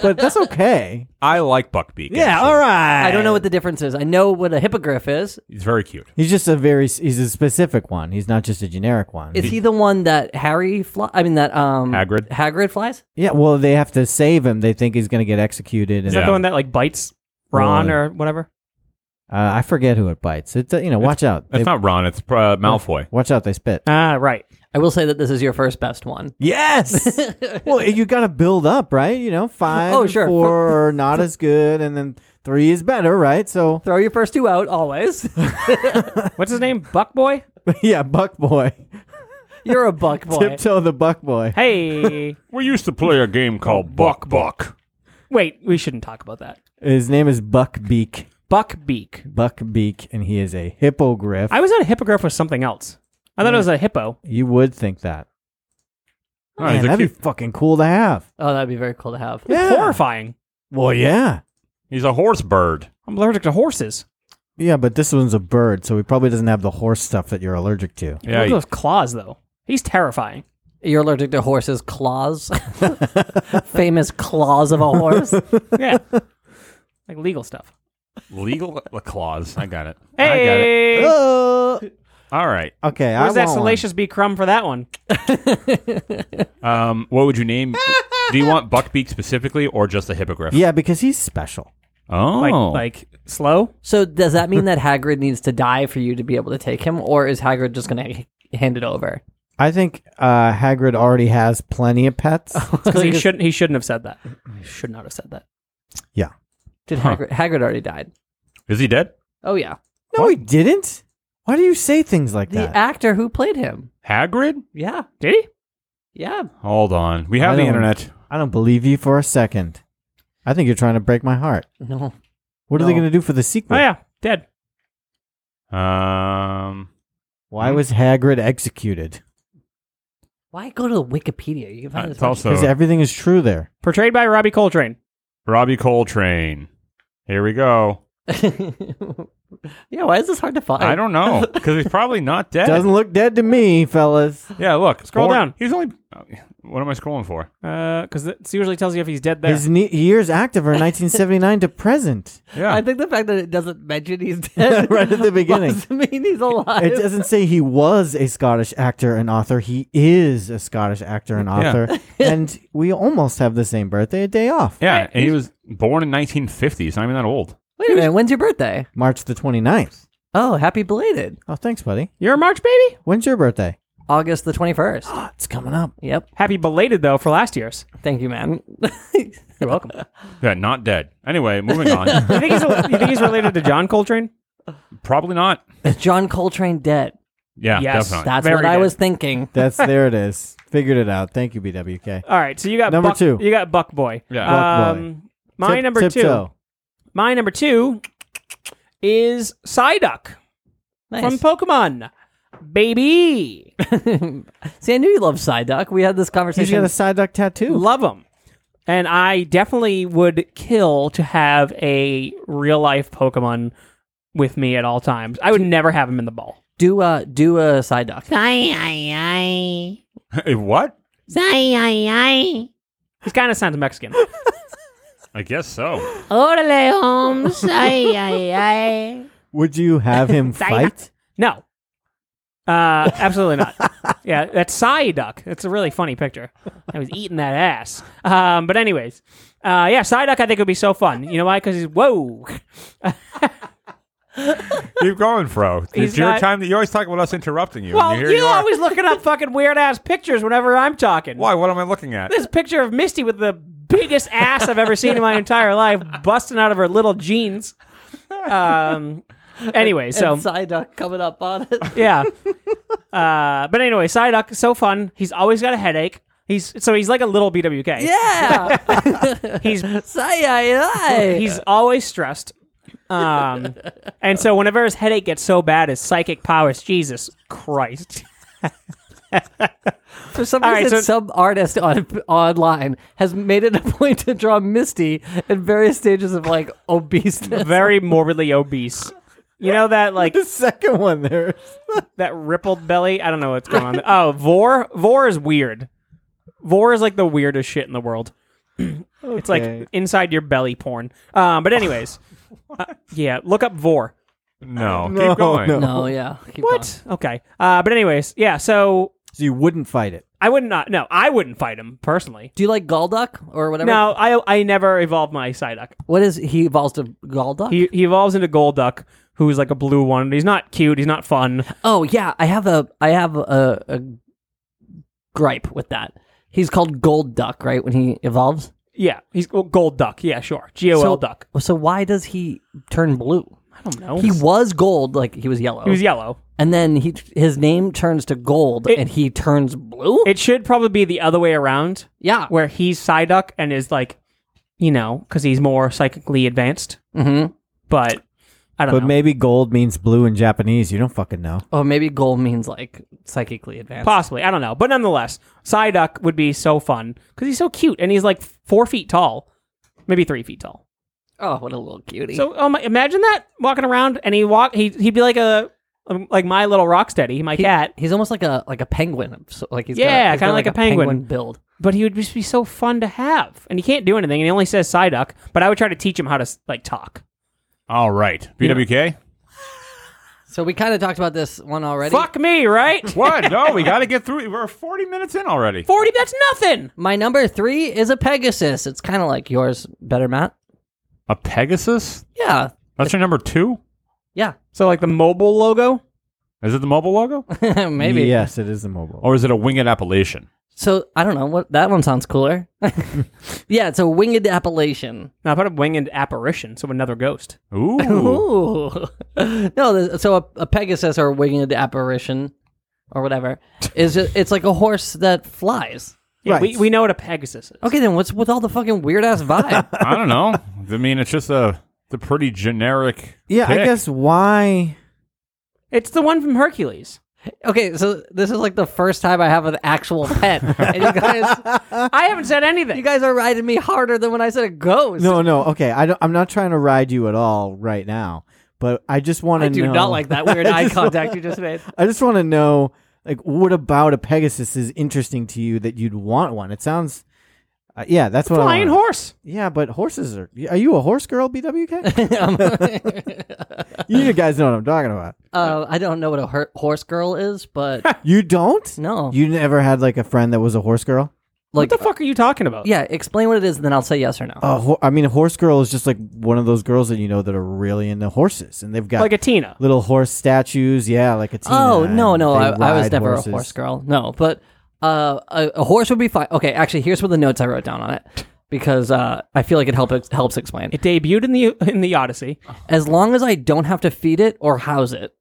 S2: but that's okay.
S1: I like Buckbeak.
S2: Yeah.
S1: actually.
S2: All right.
S4: I don't know what the difference is. I know what a hippogriff is.
S1: He's very cute.
S2: He's just a very. He's a specific one. He's not just a generic one.
S4: Is he the one that Harry fly? I mean that um
S1: Hagrid?
S4: Hagrid flies.
S2: yeah. Well, they have to save him. They think he's gonna get executed.
S5: is
S2: And,
S5: that
S1: Yeah.
S5: the one that like bites Ron
S2: Ron.
S5: or whatever?
S2: uh, I forget who it bites. It's uh, you know. Watch out.
S1: It's
S2: They-
S1: not Ron. It's uh, Malfoy.
S2: Watch out. They spit.
S5: Ah, right.
S4: I will say that this is your first best one.
S2: Yes. well, you got to build up, right? You know, five,
S4: Oh,
S2: and
S4: sure.
S2: four are not as good, and then three is better, right? So,
S4: Throw your first two out always.
S5: What's his name? Buck Boy.
S2: yeah, Buck Boy,
S4: You're a buck boy.
S2: tiptoe the Buck Boy.
S5: Hey,
S1: We used to play a game called Buck Buck.
S5: wait. We shouldn't talk about that.
S2: His name is Buckbeak,
S5: Buck Beak.
S2: Buckbeak, and he is a hippogriff.
S5: I was at a hippogriff with something else. I thought it was a hippo.
S2: you would think that.
S1: Oh, he's
S2: Man,
S1: a
S2: that'd
S1: cute-
S2: be fucking cool to have.
S4: Oh, that'd be very cool to have.
S2: Yeah.
S5: Horrifying.
S2: Well, yeah,
S1: he's a horse bird.
S5: I'm allergic to horses.
S2: yeah, but this one's a bird, so he probably doesn't have the horse stuff that you're allergic to.
S1: Yeah,
S5: Look at
S1: he-
S5: those claws though. He's terrifying.
S4: You're allergic to horses' claws. Famous claws of a horse.
S5: Yeah, like legal stuff.
S1: legal clause. I got it. I got it.
S5: Hey,
S2: Oh,
S1: All right.
S2: okay. I
S5: where's that
S2: want one.
S5: salacious bee crumb for that one?
S1: Um, what would you name? do you want Buckbeak specifically or just a hippogriff?
S2: Yeah, because he's special.
S1: Oh,
S5: Like, like slow.
S4: So does that mean that Hagrid needs to die for you to be able to take him, or is Hagrid just gonna h- hand it over?
S2: I think uh, Hagrid already has plenty of pets.
S5: Because he shouldn't. He shouldn't have said that. He should not have said that.
S2: Yeah.
S4: Did
S1: Huh.
S4: Hagrid? Hagrid already died.
S1: is he dead?
S4: Oh yeah,
S2: No, he didn't. Why do you say things like
S4: the
S2: that?
S4: actor who played him.
S1: Hagrid?
S4: Yeah,
S5: Did he?
S4: yeah.
S1: Hold on. We
S2: I
S1: have the
S2: don't-
S1: internet.
S2: I don't believe you for a second. I think you're trying to break my heart.
S4: No,
S2: What are they
S4: No.
S2: going to do for the sequel?
S5: Oh yeah, dead.
S1: Um,
S2: Why
S5: Hmm?
S2: was Hagrid executed?
S4: why go to Wikipedia? You can find
S1: uh,
S4: this.
S1: it's
S4: much-
S1: also
S2: Because everything is true there.
S5: Portrayed by Robbie Coltrane.
S1: Robbie Coltrane. Here we go.
S4: yeah, why is this hard to find?
S1: I don't know because he's probably not dead.
S2: Doesn't look dead to me, fellas.
S1: yeah, look.
S5: Scroll
S1: born-
S5: down.
S1: He's only. oh, What am I scrolling for?
S5: Because it usually tells you if he's dead there.
S2: His ne- years active are 1979 to present.
S1: Yeah.
S4: I think the fact that it doesn't mention he's dead
S2: Right at the beginning.
S4: doesn't mean he's alive.
S2: It doesn't say he was a Scottish actor and author. He is a Scottish actor and author. and we almost have the same birthday, a day off.
S1: yeah, and he was born in 1950. He's not even that old.
S4: Wait a minute, when's your birthday?
S2: March the 29th.
S4: Oh, happy belated,
S2: Oh, thanks, buddy.
S5: You're a March baby.
S2: When's your birthday?
S4: August the twenty first.
S2: Oh, it's coming up.
S4: yep,
S5: Happy belated though for last year's.
S4: thank you, man.
S5: You're welcome.
S1: Yeah, not dead. Anyway, moving on.
S5: you, think he's, you think he's related to John Coltrane?
S1: probably not.
S4: is John Coltrane dead?
S1: Yeah,
S5: Yes.
S1: definitely.
S4: That's
S5: Very
S4: what I
S5: dead.
S4: was thinking.
S2: That's there it is. Figured it out. Thank you, BWK.
S5: All right, so you got
S2: Number
S5: Buck,
S2: two.
S5: You got Buck Boy.
S1: Yeah.
S2: Buck Boy.
S5: um, my
S2: Tip-
S5: number two.
S2: tiptoe.
S5: My number two is Psyduck
S4: Nice.
S5: from Pokemon, baby.
S4: See, I knew you loved Psyduck. We had this
S2: He's
S4: conversation.
S2: got a side duck tattoo.
S5: Love him, and I definitely would kill to have a real life Pokemon with me at all times. I would never have him in the ball.
S4: do uh, do a Psyduck.
S1: Hey, what?
S5: He kind of sounds Mexican.
S1: I guess so.
S2: Would you have him fight?
S5: No. Uh, absolutely not. yeah, that's Psyduck. It's a really funny picture. I was eating that ass. Um, but anyways, uh, yeah, Psyduck I think would be so fun. You know why? Because he's whoa.
S1: Keep going, Fro. It's
S5: He's
S1: your
S5: not-
S1: time. That you always talk about us interrupting you.
S5: Well,
S1: and
S5: you,
S1: here you, are.
S5: always looking up fucking weird ass pictures whenever I'm talking.
S1: Why? What am I looking at?
S5: This picture of Misty with the biggest ass I've ever seen in my entire life, busting out of her little jeans. Um. Anyway, so
S4: and Psyduck coming up on it.
S5: yeah. Uh, but anyway, Psyduck, so fun. He's always got a headache. He's so he's like a little BWK.
S4: yeah,
S5: He's
S4: Psyduck.
S5: he's always stressed. Um, and so whenever his headache gets so bad, his psychic powers, Jesus Christ.
S4: For some
S5: All right,
S4: reason,
S5: so-
S4: some artist on online has made it a point to draw Misty in various stages of like obeseness.
S5: Very morbidly obese. You know that like
S2: The second one there.
S5: that rippled belly? I don't know what's going on. there. Oh, Vor Vor is weird. Vor is like the weirdest shit in the world. It's
S2: Okay.
S5: like inside your belly porn. Um, but anyways, Uh, yeah, look up Vor.
S1: No,
S2: No,
S1: keep going.
S2: no.
S4: no, yeah. keep going.
S5: What? Okay. Uh, but anyways, yeah. So
S2: So you wouldn't fight it.
S5: I would not. No, I wouldn't fight him personally.
S4: Do you like Golduck or whatever?
S5: No, I I never evolved my Psyduck.
S4: What is he evolves to Golduck?
S5: He he evolves into Golduck, who's like a blue one. He's not cute. He's not fun.
S4: oh yeah, I have a I have a, a gripe with that. He's called Golduck, right? When he evolves.
S5: Yeah, he's well, Golduck. Yeah, sure. G O L
S4: so,
S5: Duck.
S4: So why does he turn blue?
S5: I don't know.
S4: He was gold, like he was yellow.
S5: he was yellow.
S4: and then he his name turns to gold,
S5: It-
S4: and he turns blue.
S5: It should probably be the other way around,
S4: yeah.
S5: where he's Psyduck and is like, you know, because he's more psychically advanced.
S4: hmm
S5: But I don't
S2: But
S5: know.
S2: maybe gold means blue in Japanese. You don't fucking know.
S4: Oh, maybe gold means like psychically advanced.
S5: Possibly, I don't know, but nonetheless, Psyduck would be so fun because he's so cute and he's like four feet tall, maybe three feet tall.
S4: oh, what a little cutie.
S5: So oh my, imagine that walking around and he walk he he'd be like a um, like my little Rocksteady, my
S4: He-
S5: cat,
S4: He's almost like a like a penguin. So like he's got-
S5: Yeah,
S4: he's
S5: kinda
S4: got,
S5: like a penguin.
S4: build.
S5: but he would just be so fun to have. And he can't do anything, and he only says Psyduck. But I would try to teach him how to s- like talk.
S1: All right, BWK.
S4: So we kind of talked about this one already.
S5: Fuck me, right?
S1: What? No, we got to get through. it. We're 40 minutes in already.
S5: Forty, that's nothing.
S4: My number three is a Pegasus. It's kind of like yours, better Matt.
S1: A Pegasus?
S4: Yeah,
S1: That's your number two?
S4: yeah,
S5: So like the mobile logo.
S1: Is it the mobile logo?
S4: maybe.
S2: Yes, it is a mobile.
S1: Or is it a winged appellation?
S4: So I don't know what that one sounds cooler. yeah, it's a winged appellation.
S5: Now I put a winged apparition, so another ghost.
S1: Ooh.
S4: Ooh. no, the- so a, a Pegasus or winged apparition or whatever is ju- it's like a horse that flies.
S5: Yeah,
S2: Right.
S5: we, we know what a Pegasus is.
S4: Okay, then what's with all the fucking weird ass vibe?
S1: I don't know. I mean, it's just a the pretty generic.
S2: yeah, I
S1: pick.
S2: guess why?
S5: It's the one from Hercules.
S4: okay, so this is like the first time I have an actual pet, and you guys,
S5: I haven't said anything.
S4: you guys are riding me harder than when I said a ghost.
S2: No, no. Okay, I don't, I'm not trying to ride you at all right now, but I just want
S4: I
S2: to
S4: do
S2: know.
S4: not like that weird eye contact you just made.
S2: I just want to know, like, what about a Pegasus is interesting to you that you'd want one? It sounds, uh, yeah, that's what I
S5: Flying
S2: want.
S5: horse.
S2: Yeah, but horses are. Are you a horse girl, BWK? you guys know what I'm talking about.
S4: Uh, I don't know what a her- horse girl is, but
S2: You don't?
S4: no,
S2: You never had like a friend that was a horse girl?
S4: like,
S5: what the fuck are you talking about?
S4: yeah, explain what it is, and then I'll say yes or no.
S2: A ho- I mean, a horse girl is just like one of those girls that you know that are really into horses, and they've got
S5: Like a Tina.
S2: little horse statues. Yeah, like a Tina.
S4: Oh no,
S2: and
S4: no,
S2: they
S4: I, I was
S2: ride
S4: never
S2: horses.
S4: a horse girl. No, but uh, a, a horse would be fine. Okay, actually, here's what the notes I wrote down on it because uh, I feel like it help, helps explain.
S5: It debuted in the in the Odyssey.
S4: As long as I don't have to feed it or house it,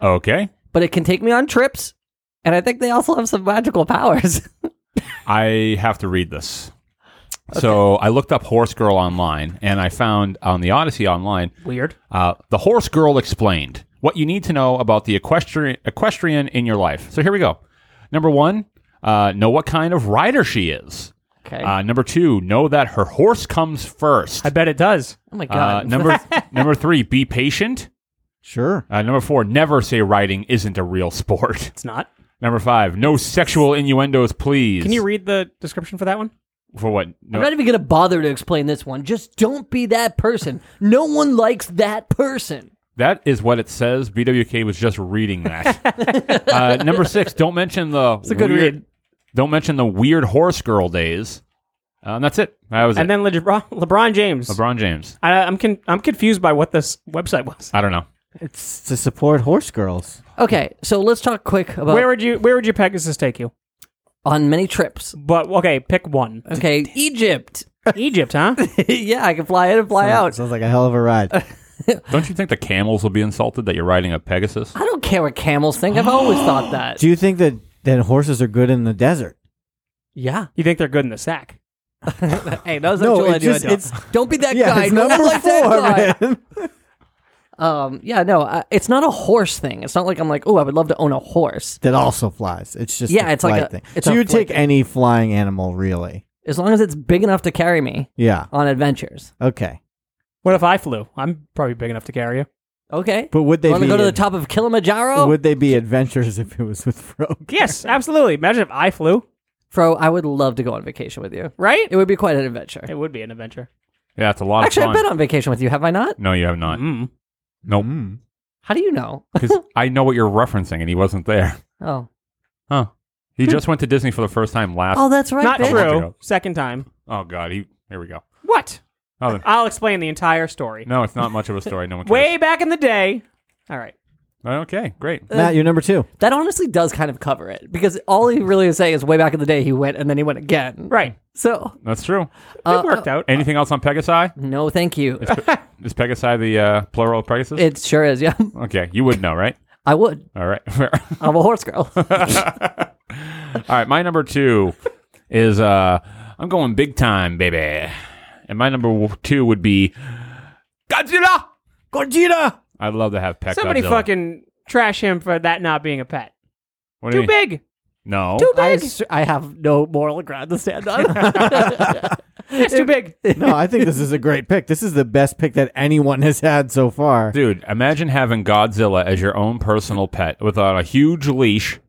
S1: Okay.
S4: but it can take me on trips, and I think they also have some magical powers.
S1: I have to read this. So I looked up Horse Girl online and I found on the Odyssey online
S5: Weird.
S1: Uh, the Horse Girl Explained What You Need to Know About the equestri- Equestrian in Your Life. So here we go. Number one, uh, know what kind of rider she is.
S4: okay.
S1: Uh, number two, know that her horse comes first.
S5: I bet it does.
S4: oh my
S1: Uh,
S4: god.
S1: number number three, be patient.
S2: Sure.
S1: Uh, number four, never say riding isn't a real sport.
S5: It's not.
S1: Number five, no sexual innuendos, please.
S5: Can you read the description for that one?
S1: for what? No,
S4: I'm not even gonna bother to explain this one. Just don't be that person. No one likes that person.
S1: That is what it says. BWK was just reading that. uh, number six. Don't mention the. It's
S5: a good
S1: weird,
S5: read.
S1: Don't mention the weird horse girl days. Uh, and that's it. That was
S5: And
S1: it.
S5: then LeBron, LeBron James.
S1: LeBron James.
S5: I, I'm con- I'm confused by what this website was.
S1: I don't know.
S2: It's to support horse girls.
S4: Okay, so let's talk quick about
S5: where would you Where would your Pegasus take you?
S4: on many trips.
S5: But okay, pick one.
S4: Okay, Egypt.
S5: Egypt, huh?
S4: yeah, I can fly in and fly out.
S2: Sounds like a hell of a ride.
S1: Don't you think the camels will be insulted that you're riding a Pegasus?
S4: I don't care what camels think. I've always thought that.
S2: Do you think that that horses are good in the desert?
S4: Yeah.
S5: You think they're good in the sack?
S4: Hey, that was
S2: No,
S4: a
S2: it
S4: Julia
S2: just-
S4: Duda.
S2: it's-
S4: don't be that
S2: Yeah,
S4: guy.
S2: it's
S4: Don't
S2: number
S4: be like that guy.
S2: four, man.
S4: Um, yeah, no, I, it's not a horse thing. It's not like I'm like, oh, I would love to own a horse.
S2: That also flies. It's just
S4: Yeah,
S2: a
S4: it's like
S2: flight
S4: a-
S2: thing.
S4: it's
S2: so
S4: a
S2: you would
S4: flight
S2: take any flying animal, really?
S4: As long as it's big enough to carry me
S2: Yeah.
S4: on adventures.
S2: Okay.
S5: What if I flew? I'm probably big enough to carry you.
S4: Okay.
S2: But would they
S4: Want to
S2: be
S4: go to the
S2: ad-
S4: top of Kilimanjaro?
S2: Would they be adventures if it was with Frog?
S5: Yes, absolutely. Imagine if I flew,
S4: Fro, I would love to go on vacation with you.
S5: right?
S4: It would be quite an adventure.
S5: It would be an adventure.
S1: Yeah, it's a lot
S4: Actually,
S1: of
S4: I've
S1: fun.
S4: been on vacation with you, have I not?
S1: no, you have not.
S5: Mm.
S1: Nope.
S2: Mm.
S4: How do you know?
S1: Because I know what you're referencing, and he wasn't there.
S4: Oh.
S1: Huh. He just went to Disney for the first time last.
S4: Oh, that's right.
S5: Not
S4: bitch.
S1: I'll look it
S5: true.
S1: up.
S5: Second time.
S1: Oh, God. He. Here we go.
S5: What?
S1: Oh, then-
S5: I'll explain the entire story.
S1: no, it's not much of a story. No one. Cares. Uh,
S5: Way back in the day. All right.
S1: Okay. Great.
S2: Matt, you're number two.
S4: That honestly does kind of cover it because all he really is saying is way back in the day he went and then he went again.
S5: Right.
S1: Hmm.
S4: So,
S1: That's true.
S5: it worked out.
S1: Anything else on Pegasi?
S4: no, thank you.
S1: Is Pegasi the uh, plural of Pegasus?
S4: It sure is. Yeah.
S1: okay, you would know, right?
S4: I would.
S1: All right. All
S4: I'm a horse girl.
S1: right, my number two is uh, I'm going big time, baby. And my number w- two would be Godzilla. Godzilla. I'd love to have Peck.
S5: Somebody
S1: Godzilla.
S5: fucking trash him for that not being a pet.
S1: What do you
S5: Too
S1: mean?
S5: big.
S1: No.
S4: I, s- I have no moral ground to stand on.
S5: It's too big.
S2: No, I think this is a great pick. This is the best pick that anyone has had so far.
S1: Dude, imagine having Godzilla as your own personal pet without a huge leash,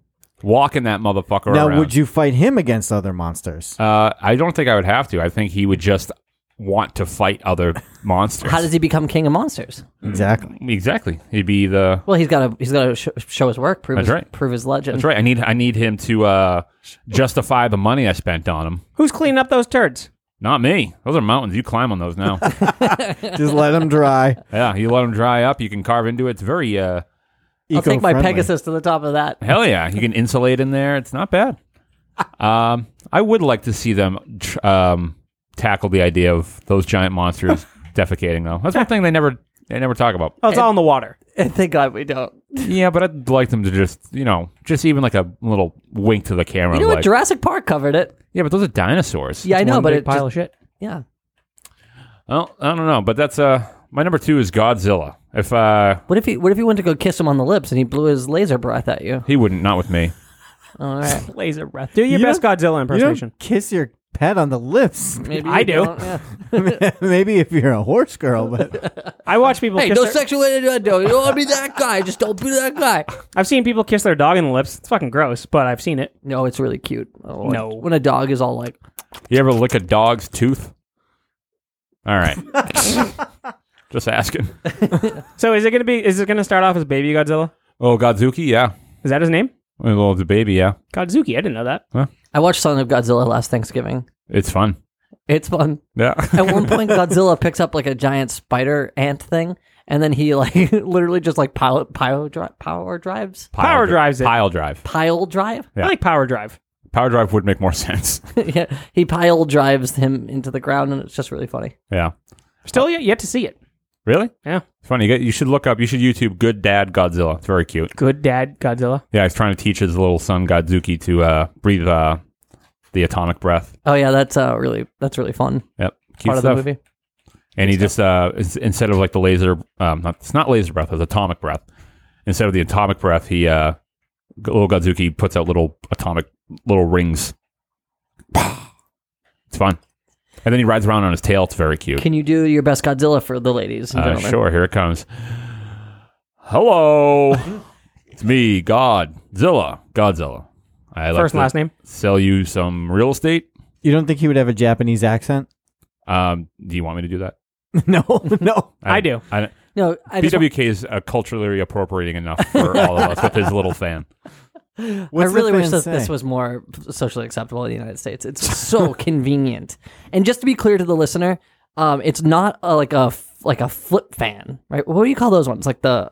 S1: walking that motherfucker
S2: now,
S1: around.
S2: would you fight him against other monsters?
S1: Uh, I don't think I would have to. I think he would just want to fight other monsters.
S4: How does he become king of monsters?
S2: Exactly.
S1: exactly? He'd be the.
S4: Well, he's got to he's got to sh- show his work, prove
S1: That's
S4: his,
S1: right.
S4: prove his legend.
S1: That's right. I need. I need him to uh, justify the money I spent on him.
S5: Who's cleaning up those turds?
S1: Not me. Those are mountains. You climb on those now.
S2: Just let them dry.
S1: yeah, you let them dry up. You can carve into it. It's very. Uh,
S4: I'll take my
S2: Eco-friendly.
S4: Pegasus to the top of that.
S1: hell yeah, you can insulate in there. It's not bad. Um, I would like to see them tr- um, tackle the idea of those giant monsters defecating though. That's one thing they never they never talk about.
S5: Oh, it's all in the water.
S4: And thank God we don't.
S1: Yeah, but I'd like them to just, you know, just even like a little wink to the camera.
S4: You know what?
S1: like,
S4: Jurassic Park covered it.
S1: yeah, but those are dinosaurs.
S4: Yeah, I know,
S5: One
S4: but
S5: big
S4: it
S5: pile
S4: just,
S5: of shit.
S4: yeah.
S1: Well, I don't know, but that's uh my number two is Godzilla. If uh
S4: What if he What if he went to go kiss him on the lips and he blew his laser breath at you?
S1: he wouldn't, not with me.
S4: All right,
S5: Laser breath. Do your
S2: You
S5: best
S2: don't-
S5: Godzilla
S2: You
S5: impersonation.
S2: don't kiss your pet on the lips.
S4: maybe
S5: I
S4: you
S5: do.
S4: don't, yeah.
S2: Maybe if you're a horse girl, but
S5: I watch people
S4: Hey,
S5: kiss
S4: no
S5: their-
S4: sexual innuendo. You don't want to be that guy. Just don't be that guy.
S5: I've seen people kiss their dog on the lips. It's fucking gross, but I've seen it.
S4: No, it's really cute. Oh, when-
S5: No.
S4: when a dog is all like,
S1: You ever lick a dog's tooth? All right. just asking.
S5: So is it gonna be is it gonna start off as baby Godzilla?
S1: Oh, Godzuki, yeah.
S5: Is that his name?
S1: Well, the baby, yeah.
S5: Godzuki, I didn't know that.
S4: I watched Son of Godzilla last Thanksgiving.
S1: It's fun.
S4: It's fun.
S1: Yeah.
S4: At one point, Godzilla picks up like a giant spider ant thing, and then he like literally just like pile, pile dri- power drives,
S1: Pile
S5: Power
S1: dri-
S5: drives it.
S1: Pile drive.
S4: pile drive.
S1: Yeah.
S5: I like Power Drive.
S1: Power drive would make more sense.
S4: yeah, he pile drives him into the ground, and it's just really funny.
S1: yeah.
S5: Still yet, yet to see it.
S1: Really?
S5: Yeah.
S1: It's funny. You, get, you should look up, you should YouTube Good Dad Godzilla. It's very cute.
S5: Good dad Godzilla.
S1: Yeah, he's trying to teach his little son Godzuki to uh, breathe uh, the atomic breath.
S4: Oh yeah, that's uh really that's really fun
S1: Yep, cute
S4: part of
S1: stuff.
S4: the movie.
S1: And he just uh, is- instead of like the laser, um, not, it's not laser breath, it's atomic breath. Instead of the atomic breath, he uh, g- little Godzuki puts out little atomic little rings. It's fun, and then he rides around on his tail. It's very cute.
S4: Can you do your best Godzilla for the ladies? And
S1: Uh,
S4: gentlemen?
S1: sure, here it comes. Hello,
S5: Mm-hmm.
S1: it's me, Godzilla. Godzilla. I like
S5: First and
S1: to
S5: last name.
S1: Sell you some real estate.
S2: you don't think he would have a Japanese accent?
S1: Um, do you want me to do that?
S2: No, no.
S5: I do.
S1: I don't-
S4: No, I just,
S1: BWK is uh, culturally appropriating enough for all of us with his little fan.
S2: What's the
S4: I really wish
S2: fan
S4: that this
S2: say?
S4: was more socially acceptable in the United States. It's so convenient. And just to be clear to the listener, um, it's not a, like a f- like a flip fan, right? What do you call those ones? Like the,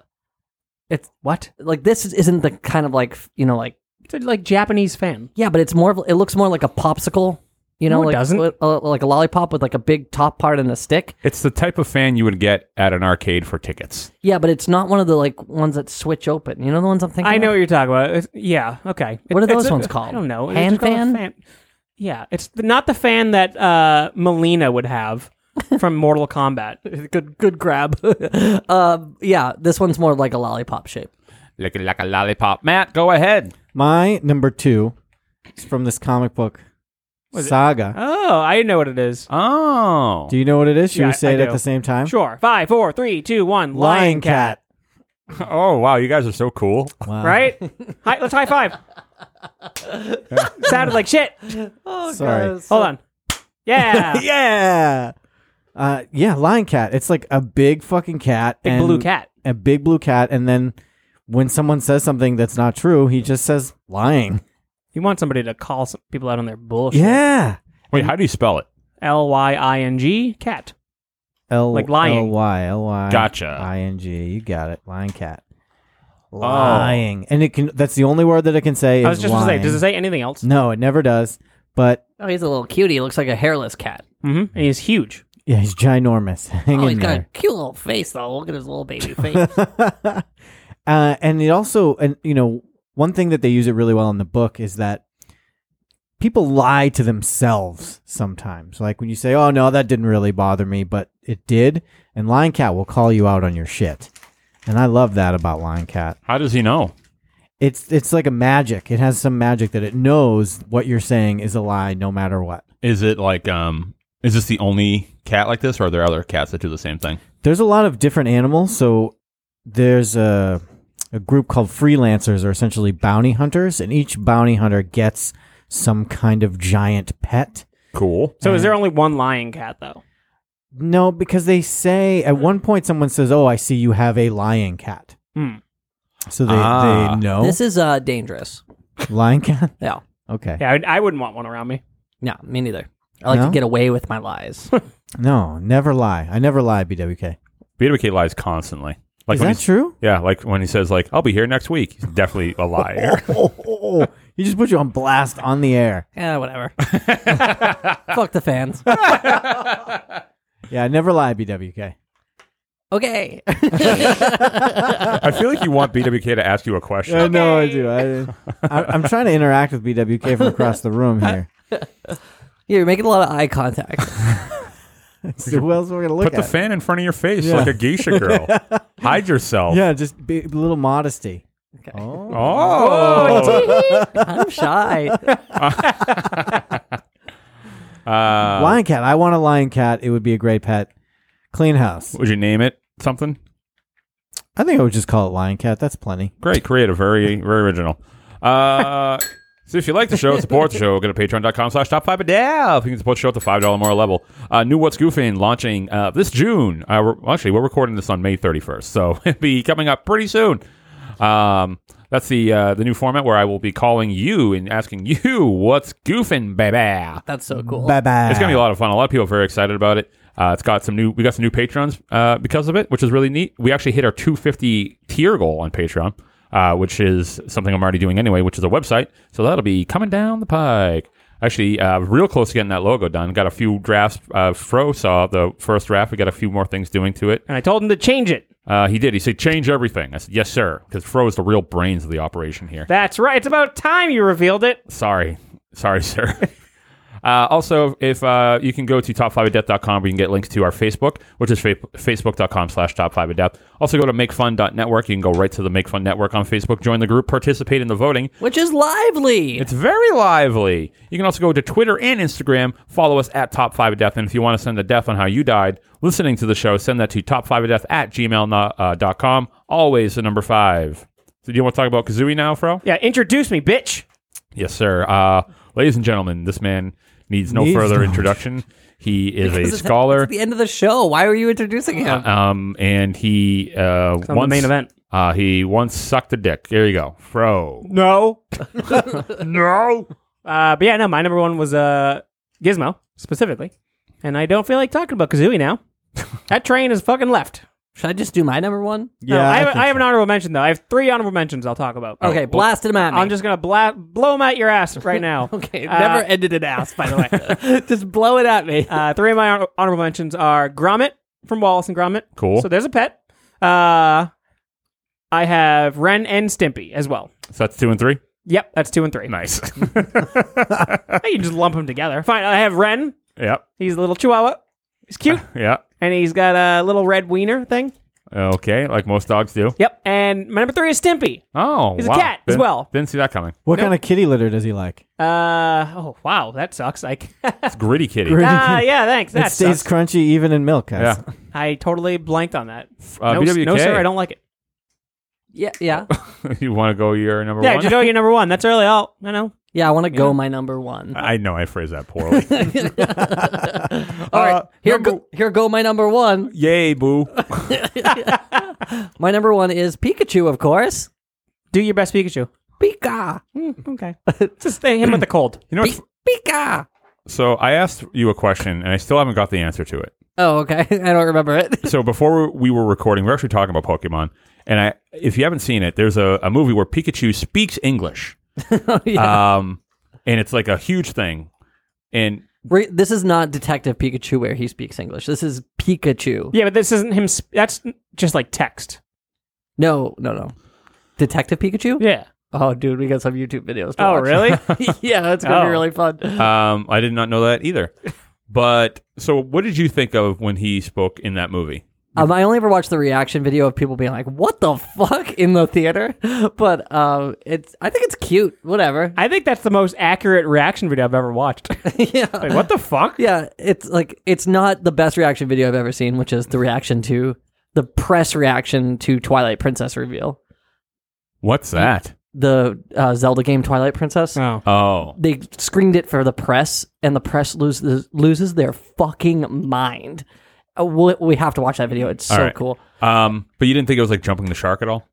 S4: it's what? Like this is- isn't the kind of like you know like
S5: It's a, like Japanese fan.
S4: yeah, but it's more of it looks more like a popsicle, you know,
S5: No, it
S4: like
S5: doesn't.
S4: with- uh, like a lollipop with like a big top part and a stick.
S1: It's the type of fan you would get at an arcade for tickets.
S4: Yeah, but it's not one of the like ones that switch open. You know the ones I'm thinking.
S5: I know
S4: of?
S5: what you're talking about. It's- yeah, okay. It-
S4: What are
S5: it's
S4: those
S5: a-
S4: ones called?
S5: I don't know. It's
S4: Hand
S5: just called a
S4: fan?
S5: Yeah, it's the, not the fan that uh, Melina would have from Mortal Kombat.
S4: good good grab. um, yeah, this one's more like a lollipop shape.
S1: Like a, like a lollipop. Matt, go ahead.
S2: My number two is from this comic book
S5: it-
S2: saga.
S5: Oh, I know what it is.
S1: Oh.
S2: Do you know what it is? Should
S5: Yeah, I-
S2: we say
S5: I
S2: it
S5: do.
S2: at the same time?
S5: Sure. Five, four, three, two, one.
S2: Lion Cat.
S1: Oh, wow. You guys are so cool.
S2: Wow.
S5: Uh, Right? Hi, let's high five. Sounded like shit.
S2: Sorry.
S5: Hold on. Yeah.
S2: yeah. Uh, yeah, lion cat. It's like a big fucking cat.
S5: Big
S2: and-
S5: blue cat.
S2: A big blue cat. And then when someone says something that's not true, he just says lying.
S5: You want somebody to call some people out on their bullshit.
S2: Yeah.
S1: Wait, how do you spell it?
S5: L Y I N G cat.
S2: L-
S5: Like lying.
S2: L-Y, L-Y,
S1: Gotcha.
S2: I-N-G. You got it. Lion cat.
S1: Oh.
S2: Lying. And it can, that's the only word that it can say.
S5: I
S2: is
S5: was just gonna say,
S2: lying.
S5: does it say anything else?
S2: No, it never does. But
S4: Oh, he's a little cutie. He looks like a hairless cat.
S5: Mm-hmm. And he's huge.
S2: yeah, he's ginormous. Hang
S4: Oh,
S2: in
S4: he's got
S2: there.
S4: a cute little face though. Look at his little baby face.
S2: uh, and it also, and you know, one thing that they use it really well in the book is that people lie to themselves sometimes. Like when you say, "Oh no, that didn't really bother me," but it did, and Lion Cat will call you out on your shit. And I love that about Lion Cat.
S1: How does he know?
S2: It's it's like a magic. It has some magic that it knows what you're saying is a lie, no matter what.
S1: Is it like, um, is this the only cat like this, or are there other cats that do the same thing?
S2: There's a lot of different animals. So there's a a group called freelancers, or essentially bounty hunters, and each bounty hunter gets some kind of giant pet.
S1: Cool.
S5: So is there only one lion cat though?
S2: No, because they say at one point someone says, "Oh, I see you have a lion cat."
S5: Hmm.
S2: So they
S1: Ah.
S2: they know
S4: this is uh dangerous.
S2: lion cat.
S4: Yeah.
S2: Okay.
S5: Yeah, I, I wouldn't want one around me.
S4: No, me neither. I like
S2: No?
S4: to get away with my lies.
S2: No, never lie. I never lie. BWK.
S1: BWK lies constantly. Like
S2: is
S1: when
S2: that
S1: he's-
S2: true?
S1: Yeah, like when he says, like, I'll be here next week. He's definitely a liar.
S2: Oh, oh, oh. he just put you on blast on the air.
S4: yeah, whatever. Fuck the fans.
S2: Yeah, never lie, BWK.
S4: Okay.
S1: I feel like you want BWK to ask you a question.
S2: I know I do. I, I, I'm trying to interact with BWK from across the room here.
S4: You're making a lot of eye contact.
S2: So who else we're gonna look
S1: Put the
S2: at?
S1: fan in front of your face like a geisha girl. Hide yourself.
S2: yeah, just be, a little modesty. Oh.
S1: Oh.
S4: I'm shy.
S1: Uh,
S2: lion cat. I want a lion cat. It would be a great pet. Clean house.
S1: Would you name it something?
S2: I think I would just call it lion cat. That's plenty.
S1: Great, creative, very, very original. Uh, so if you like the show, support the show. Go to patreon.com slash top five a dev. You can support the show at the $5 more level. Uh, new What's Goofing launching uh, this June. Uh, we're, actually, we're recording this on May 31st, so it'll be coming up pretty soon. Um, that's the uh, the new format where I will be calling you and asking you what's goofing, baby.
S4: That's so cool.
S2: Bye bye.
S1: It's gonna be a lot of fun. A lot of people are very excited about it. Uh, it's got some new. We got some new patrons uh, because of it, which is really neat. We actually hit our 250 tier goal on Patreon, uh, which is something I'm already doing anyway, which is a website. So that'll be coming down the pike. Actually, uh, real close to getting that logo done. Got a few drafts. Uh, Fro saw the first draft. We got a few more things doing to it.
S5: And I told him to change it.
S1: Uh, he did. He said, "Change everything." I said, "Yes, sir," because Fro is the real brains of the operation here.
S5: That's right. It's about time you revealed it.
S1: Sorry. Sorry, sir. Uh, also, if uh, you can go to top5adept.com, where you can get links to our Facebook, which is fa- facebook.com slash top5adept. Also, go to makefun.network. You can go right to the Make Fun Network on Facebook, join the group, participate in the voting.
S4: Which is lively.
S1: It's very lively. You can also go to Twitter and Instagram, follow us at top5adept. And if you want to send a death on how you died listening to the show, send that to top5adept at gmail.com. Always the number five. So, do you want to talk about Kazooie now, Fro?
S5: Yeah, introduce me, bitch.
S1: Yes, sir. Uh, ladies and gentlemen, this man needs no
S2: Needs
S1: further
S2: no-
S1: introduction. He is
S4: Because
S1: a
S4: it's-
S1: scholar.
S4: It's the end of the show. Why were you introducing him?
S1: Um, and he uh,
S5: on the
S1: once-
S5: main event.
S1: Uh, he once sucked a dick. There you go, fro.
S5: No.
S1: No,
S5: Uh, but yeah, no, my number one was uh, Gizmo specifically, and I don't feel like talking about Kazooie now. that train is fucking left.
S4: Should I just do my number one?
S5: No, I, have,
S2: think
S5: I have
S2: so.
S5: an honorable mention though. I have three honorable mentions I'll talk about. Oh,
S4: Okay, blasted him at me.
S5: I'm just gonna bla- blow them at your ass right now.
S4: okay.
S5: Uh,
S4: never ended an ass, by the way. just blow it at me.
S5: Uh, three of my honor- honorable mentions are Gromit from Wallace and Gromit.
S1: Cool.
S5: So there's a pet. Uh, I have Ren and Stimpy as well.
S1: so that's two and three.
S5: Yep, that's two and three.
S1: Nice.
S5: You can just lump them together. Fine. I have Ren.
S1: yep.
S5: He's a little chihuahua. He's cute,
S1: Yeah.
S5: and he's got a little red wiener thing.
S1: Okay, like most dogs do.
S5: Yep. And my number three is Stimpy.
S1: Oh,
S5: He's a
S1: wow.
S5: cat as
S1: Didn't-
S5: well.
S1: Didn't see that coming.
S2: What kind of kitty litter does he like?
S5: Uh oh wow, that sucks. Like
S1: It's gritty kitty.
S2: Gritty.
S5: ah yeah, thanks. That
S2: it stays
S5: sucks.
S2: crunchy even in milk. I
S1: Yeah.
S2: s-
S5: I totally blanked on that.
S1: Uh,
S5: no,
S1: BWK.
S5: no, sir, I don't like it.
S4: yeah, yeah,
S1: you want to go your number
S5: yeah,
S1: one?
S5: just go your number one. That's really all. I know.
S4: yeah. Uh, I want to go my number one.
S1: I know I phrased that poorly.
S4: All right, here
S1: number-
S4: go, here go my number one.
S1: Yay, boo.
S4: My number one is Pikachu, of course.
S5: Do your best, Pikachu. Hmm,
S4: Pika,
S5: Okay, just stay him with the cold.
S1: You know what's
S4: Pika.
S1: So I asked you a question, and I still haven't got the answer to it.
S4: Oh, okay. I don't remember it.
S1: So before we were recording, we were actually talking about Pokemon, and I, if you haven't seen it, there's a, a movie where Pikachu speaks English,
S4: Oh,
S1: um, and it's like a huge thing. And
S4: Re- this is not Detective Pikachu where he speaks English. This is Pikachu.
S5: Yeah, but this isn't him. Sp- that's just like text.
S4: No, no, no. Detective Pikachu?
S5: Yeah.
S4: Oh, dude, we got some YouTube videos. To
S5: Oh
S4: watch.
S5: really?
S4: yeah, that's gonna be
S5: Oh.
S4: really fun.
S1: um, I did not know that either. But so, what did you think of when he spoke in that movie?
S4: Um, I only ever watched the reaction video of people being like, "What the fuck?" in the theater, but um, it's I think it's cute. Whatever.
S5: I think that's the most accurate reaction video I've ever watched.
S4: yeah,
S5: like, what the fuck?
S4: yeah. It's like it's not the best reaction video I've ever seen, which is the reaction to the press reaction to Twilight Princess reveal,
S1: What's that?
S4: the uh, Zelda game Twilight Princess.
S5: Oh.
S1: Oh,
S4: they screened it for the press, and the press loses loses their fucking mind. Uh, we- We have to watch that video. It's
S1: All
S4: so
S1: right.
S4: cool.
S1: um, but you didn't think it was like jumping the shark at all?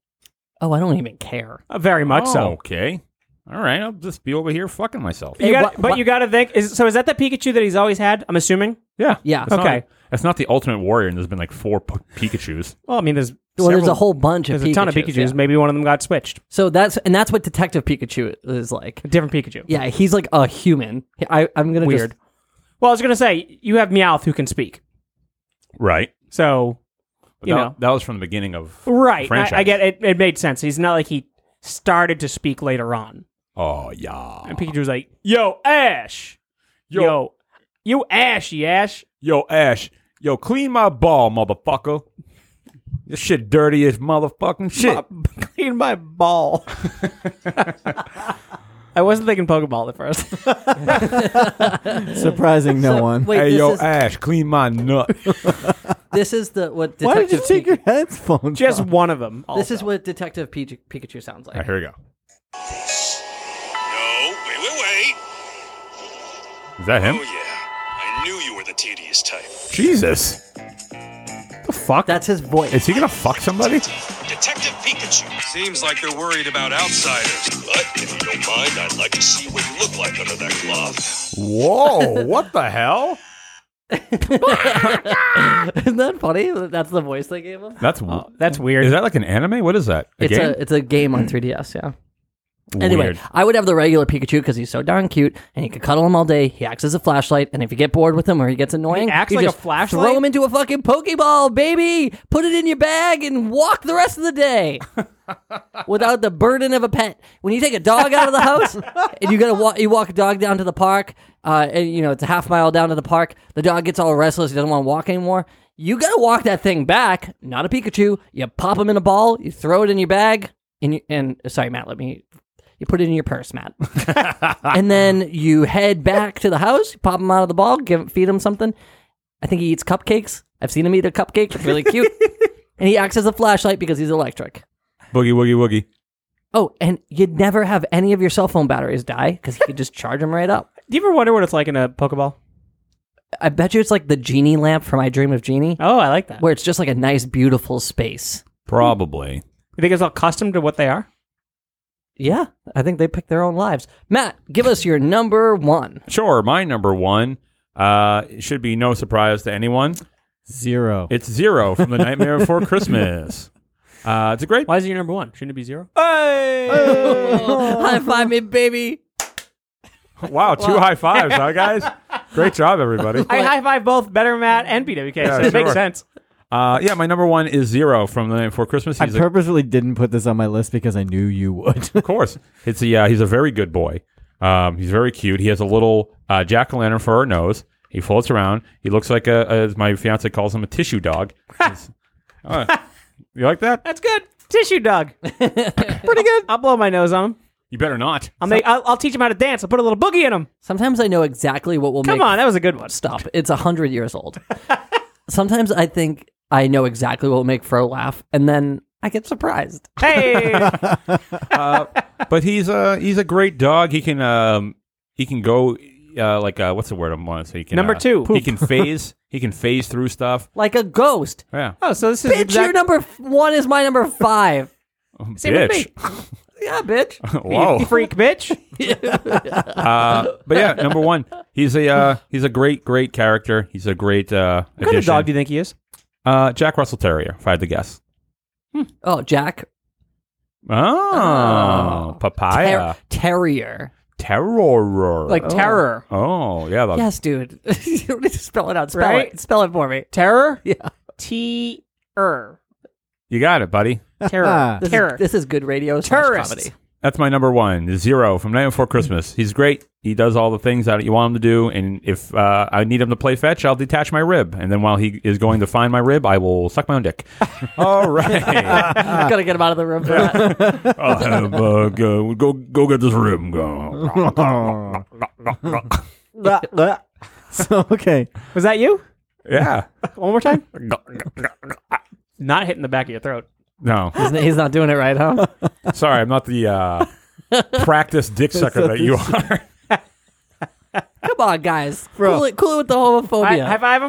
S4: Oh, I don't even care.
S5: Uh, very much
S1: oh,
S5: so.
S1: Okay, all right. I'll just be over here fucking myself.
S5: You
S4: Hey,
S5: got,
S4: what-
S5: but
S4: what-
S5: you got to think. Is, so is that the Pikachu that he's always had? I'm assuming.
S1: Yeah.
S4: Yeah.
S1: It's not-
S5: Okay.
S1: That's not the Ultimate Warrior, and there's been like four P- Pikachu's.
S5: Well, I mean, there's
S4: Well, there's
S5: several-
S4: a whole bunch of
S5: there's a ton of
S4: Pikachus,
S5: Pikachu's.
S4: yeah.
S5: Maybe one of them got switched.
S4: So that's and that's what Detective Pikachu is like.
S5: A different Pikachu.
S4: Yeah, he's like a human. I I'm gonna
S5: Weird.
S4: Just,
S5: Well, I was gonna say you have Meowth who can speak.
S1: Right.
S5: So you
S1: that,
S5: know.
S1: that was from the beginning of
S5: right, I,
S1: Franchise.
S5: I get it. It made sense. He's not like he started to speak later on.
S1: Oh yeah.
S5: And Pikachu was like, "Yo, Ash, yo, you Ashy Ash."
S1: yo, Ash, yo, clean my ball, motherfucker. This shit dirty as motherfucking shit.
S5: Clean my ball. I wasn't thinking Pokeball at first.
S2: Surprising no one.
S4: Wait, this, is,
S1: Ash, clean my nut.
S4: this is the what
S2: Why did
S4: Detective
S2: you take
S4: Pikachu-
S2: your headphones
S5: Just
S2: off?
S5: one of them.
S4: This is what Detective Pikachu, Pikachu sounds like.
S1: here we go.
S6: No, wait, wait, wait.
S1: Is that him?
S6: Oh, yeah. I knew you were the tedious type.
S1: Jesus. The fuck?
S4: That's his voice.
S1: Is he gonna fuck somebody?
S6: Detective Pikachu. Seems like they're worried about outsiders. But if you don't mind, I'd like to see what you look like under that glove.
S1: Whoa! What the hell?
S4: Isn't that funny? That's the voice they gave him.
S1: That's
S5: Oh, that's weird.
S1: is that like an anime? What is that? A
S4: it's
S1: game?
S4: a it's a game on 3DS. Yeah. Anyway,
S1: Weird.
S4: I would have the regular Pikachu because he's so darn cute, and you can cuddle him all day. He acts as a flashlight, and if you get bored with him or he gets annoying,
S5: acts
S4: you
S5: like a
S4: just
S5: flashlight?
S4: Throw him into a fucking Pokeball, baby. Put it in your bag and walk the rest of the day without the burden of a pet. When you take a dog out of the house and you gotta walk, you walk a dog down to the park, uh, and you know it's a half mile down to the park. The dog gets all restless; he doesn't want to walk anymore. You gotta walk that thing back. Not a Pikachu. You pop him in a ball. You throw it in your bag. And you, and sorry, Matt, let me. You put it in your purse, Matt. and then you head back to the house. Pop him out of the ball. Give feed him something. I think he eats cupcakes. I've seen him eat a cupcake. It's really cute. and he acts as a flashlight because he's electric.
S1: Boogie woogie woogie.
S4: Oh, and you'd never have any of your cell phone batteries die because he could just charge them right up.
S5: Do you ever wonder what it's like in a Pokeball?
S4: I bet you it's like the genie lamp from I Dream of Genie,
S5: Oh, I like that.
S4: where it's just like a nice, beautiful space.
S1: Probably.
S5: You think it's all custom to what they are?
S4: Yeah, I think they pick their own lives. Matt, give us your number one.
S1: Sure, my number one. Uh, it should be no surprise to anyone.
S2: Zero.
S1: It's Zero from The Nightmare Before Christmas. Uh, it's a great.
S5: Why is it your number one? Shouldn't it be zero?
S4: High five me, baby.
S1: Wow, two high fives, huh, guys? Great job, everybody.
S5: I high five both Better Matt and BWK. so it
S1: sure.
S5: makes sense.
S1: Uh, yeah, my number one is Zero from The Night Before Christmas.
S2: I
S1: He's a,
S2: purposefully didn't put this on my list because I knew you would.
S1: of course, it's a, uh, he's a very good boy. Um, he's very cute. He has a little uh, jack o' lantern for our nose. He floats around. He looks like a, as my fiance calls him, a tissue dog. He's- Uh, you like that?
S5: That's good. Tissue dog. Pretty good. I'll blow my nose on him.
S1: You better not.
S5: I'll, make, I'll, I'll teach him how to dance. I'll put a little boogie in him.
S4: Sometimes I know exactly what will
S5: Come
S4: make
S5: on, that was a good one.
S4: stop. It's a hundred years old. Sometimes I think I know exactly what will make Fro laugh, and then I get surprised.
S5: Hey,
S1: but he's a he's a great dog. He can um he can go uh like uh what's the word I'm wanting to say? He can,
S5: Number
S1: uh,
S5: two.
S1: He
S5: Poop.
S1: can phase. he can phase through stuff.
S4: Like a ghost.
S1: Yeah.
S5: oh, so this is
S4: Bitch, your
S5: exact-
S4: number f- one is my number five.
S5: Same with me.
S4: yeah, bitch.
S1: Oh, Whoa.
S5: you freak, bitch.
S1: uh, but yeah, number one, he's a uh, he's a great great character. He's a great uh,
S5: What kind of dog do you think he is?
S1: uh, Jack Russell Terrier, if I had to guess.
S4: Oh, Jack.
S1: Oh, papaya
S4: Ter- terrier.
S1: terror.
S5: Like terror,
S1: oh yeah, the-
S4: Yes, dude. You need to spell it out. Spell
S5: Right?
S4: it. Spell it for me.
S5: terror,
S4: Yeah.
S5: T-er.
S1: you got it, buddy.
S5: terror,
S4: This
S5: terror.
S4: Is, this is good radio. slash
S5: Terrorist.
S4: Comedy.
S1: That's my number one. Zero from Night Before Christmas. He's great. He does all the things that you want him to do. And if uh, I need him to play fetch, I'll detach my rib. And then while he is going to find my rib, I will suck my own dick. all right.
S4: Gotta get him out of the room. For that.
S1: I'll have, uh, go, go go get this rib. Go.
S2: so okay,
S5: Was that you?
S1: Yeah.
S5: One more time. Not hitting the back of your throat.
S1: No.
S4: He's not doing it right, huh?
S1: Sorry, I'm not the uh, practice dick sucker that you are.
S4: Come on, guys.
S2: Bro.
S4: Cool it, cool it with the
S5: Hi-
S4: homophobia.
S5: High five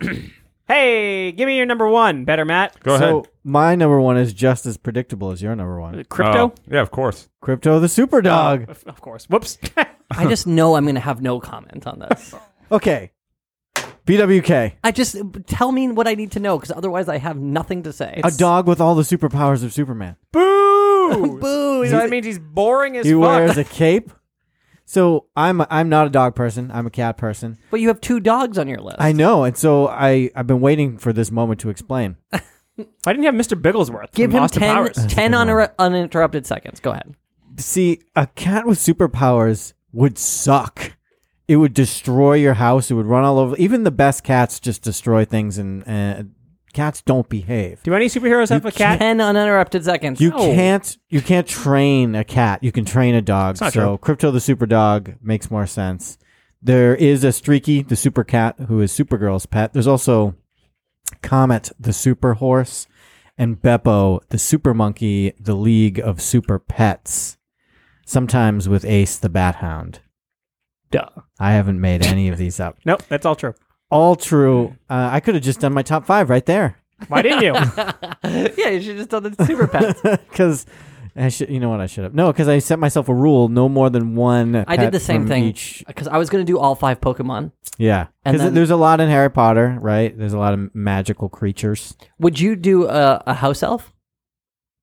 S5: him. hey, give me your number one, Better Matt.
S1: Go ahead.
S2: so my number one is just as predictable as your number one.
S5: Crypto,
S1: Oh, yeah, of course.
S2: Crypto the Super Dog.
S5: of, of course. Whoops.
S4: I just know I'm going to have no comment on this.
S2: Okay, BWK.
S4: I just tell me what I need to know because otherwise I have nothing to say.
S2: A dog with all the superpowers of Superman.
S5: Boo.
S4: Boo!
S5: So that means he's boring as
S2: he
S5: fuck.
S2: wears a cape. So I'm I'm not a dog person. I'm a cat person.
S4: But you have two dogs on your list.
S2: I know, and so I I've been waiting for this moment to explain.
S5: Why didn't you have Mr. Bigglesworth?
S4: Give
S5: from
S4: him
S5: Austin
S4: 10,
S5: Powers?
S4: 10 uninter- uninterrupted seconds. Go ahead.
S2: See, a cat with superpowers would suck. It would destroy your house. It would run all over. Even the best cats just destroy things, and uh, cats don't behave.
S5: Do any superheroes have a cat?
S4: 10 uninterrupted seconds.
S2: You
S4: No.
S2: can't you can't train a cat. You can train a dog. So
S5: not true.
S2: Crypto the Super Dog makes more sense. There is a Streaky the Super Cat who is Supergirl's pet. There's also Comet the Super Horse and Beppo the Super Monkey, the League of Super Pets. Sometimes with Ace the Bat Hound.
S5: Duh.
S2: I haven't made any of these up.
S5: Nope, that's all true.
S2: All true. Uh, I could have just done my top five right there
S5: Why didn't you?
S4: yeah, you should just done the super pets.
S2: because. I should, you know what I should have? No, because I set myself a rule: no more than one.
S4: I did
S2: pet
S4: the same
S2: from
S4: thing
S2: Each.
S4: because I was going to do all five Pokemon.
S2: Yeah,
S4: And
S2: because
S4: then-
S2: there's a lot in Harry Potter, right? There's a lot of magical creatures.
S4: Would you do a, a house elf?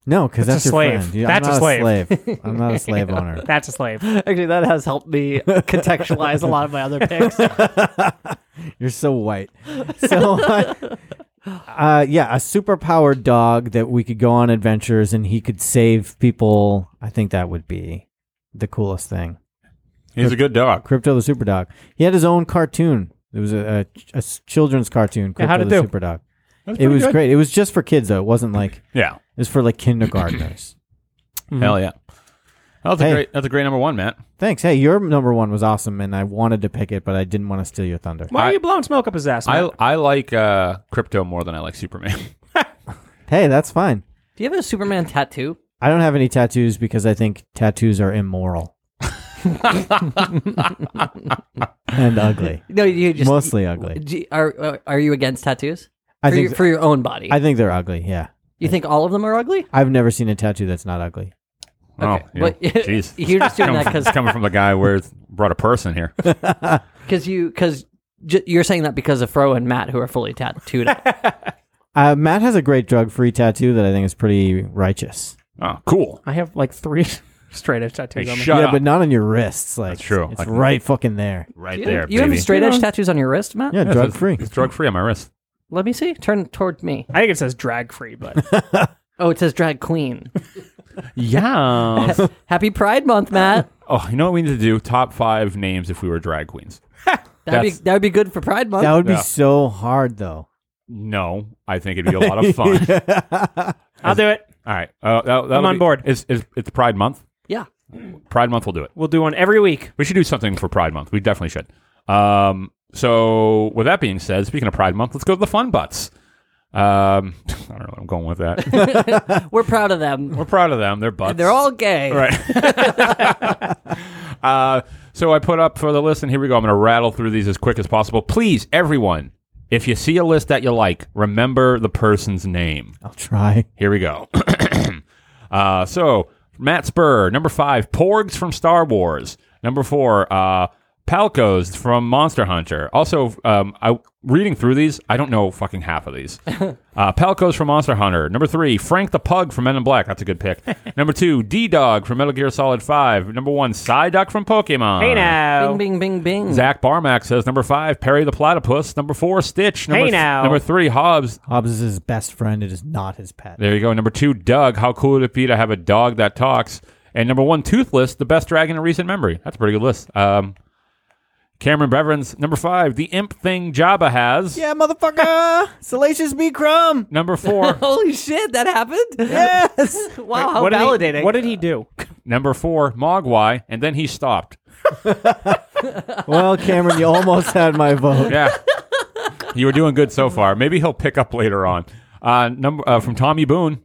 S2: No, because that's,
S5: That's a
S2: your
S5: slave.
S2: friend. Yeah,
S5: That's a
S2: I'm not slave. I'm not a slave owner.
S5: That's a slave.
S4: Actually, that has helped me contextualize a lot of my other picks.
S2: You're so white. So, uh, yeah, a superpowered dog that we could go on adventures and he could save people. I think that would be the coolest thing.
S1: He's a good dog.
S2: Crypto the Super Dog. He had his own cartoon. It was a, a, a children's cartoon. Crypto
S5: how'd it
S2: the
S5: do?
S2: Super Dog. It was great. It was just for kids though. It wasn't like it
S1: Yeah.
S2: was for like kindergartners.
S1: Hell yeah. That was a
S2: Mm-hmm. Hey.
S1: great. That's a great number one, Matt.
S2: Thanks. Hey, your number one was awesome, and I wanted to pick it, but I didn't want to steal your thunder.
S5: Why
S1: I-
S5: are you blowing smoke up his ass?
S1: I
S5: man?
S1: I like uh, crypto more than I like Superman.
S2: Hey, that's fine.
S4: Do you have a Superman tattoo?
S2: I don't have any tattoos because I think tattoos are immoral. and ugly,
S4: No, you just
S2: mostly ugly.
S4: Do you- are uh, are you against tattoos?
S2: I
S4: for,
S2: think
S4: your, for your own body.
S2: I think they're ugly. Yeah,
S4: you think all of them are ugly?
S2: I've never seen a tattoo that's not ugly.
S1: Oh, yeah.
S4: But-
S1: jeez.
S4: you're just doing
S1: Coming
S4: that
S1: from-
S4: because
S1: coming from the guy where brought a person here.
S4: because you because j- you're saying that because of Fro and Matt who are fully tattooed. up.
S2: Uh, Matt has a great drug-free tattoo that I think is pretty righteous.
S1: Oh, cool.
S5: I have like three straight edge
S1: Hey,
S5: tattoos on me.
S1: shut
S2: yeah,
S1: up.
S2: but not on your wrists. Like
S1: That's true.
S2: It's
S1: Like-
S2: right fucking there.
S1: right
S4: you
S1: there,
S4: you
S1: baby.
S4: have straight edge tattoos on your wrist, Matt.
S2: Yeah,
S1: Yeah, so it's-
S2: drug-free.
S1: It's drug free on my wrist.
S4: Let me see. Turn toward me.
S5: I think it says drag free, but
S4: Oh, it says drag queen.
S1: Yeah.
S4: Happy Pride Month, Matt.
S1: oh, you know what we need to do? Top five names if we were drag queens.
S4: That'd be
S1: That's-
S4: that would be good for Pride Month.
S2: That would be
S1: Yeah.
S2: so hard though.
S1: No, I think it'd be a lot of fun.
S5: I'll do it.
S1: All right. Uh, that, that'll
S5: I'm on
S1: be-
S5: board.
S1: It's, it's, it's Pride Month.
S4: yeah.
S1: Pride Month, we'll do it.
S5: We'll do one every week.
S1: We should do something for Pride Month. We definitely should. Um, so, with that being said, speaking of Pride Month, let's go to the fun butts. Um, I don't know what I'm going with that.
S4: We're proud of them.
S1: We're proud of them. They're butts.
S4: They're all gay.
S1: Right. uh, so I put up for the list, and here we go. I'm going to rattle through these as quick as possible. Please, everyone, if you see a list that you like, remember the person's name.
S2: I'll try.
S1: Here we go. uh, so Matt Spur, number five, Porgs from Star Wars. Number four, uh, Palcos from Monster Hunter. Also, um, I reading through these, I don't know fucking half of these. Uh, Palcos from Monster Hunter. Number three, Frank the Pug from Men in Black. That's a good pick. number two, D Dog from Metal Gear Solid Five. Number one, Psyduck from Pokemon.
S5: Hey now.
S4: Bing, bing, bing, bing.
S1: Zach Barmack says number five, Perry the Platypus. Number four, Stitch. Number
S5: Hey now.
S1: number three, Hobbs.
S2: Hobbs is his best friend. It is not his pet.
S1: There you go. Number two, Doug. How cool would it be to have a dog that talks? And number one, Toothless, the best dragon in recent memory. That's a pretty good list. Um, Cameron Beverins. Number five, the imp thing Jabba has.
S2: Yeah, motherfucker. Salacious B crumb.
S1: Number four,
S4: Holy shit, that happened.
S2: Yes.
S4: Wow, how
S5: what
S4: validating.
S5: Did he, what did he do?
S1: number four, Mogwai, and then he stopped.
S2: well, Cameron, you almost had my vote.
S1: Yeah, you were doing good so far. Maybe he'll pick up later on. Uh, number uh, from Tommy Boone.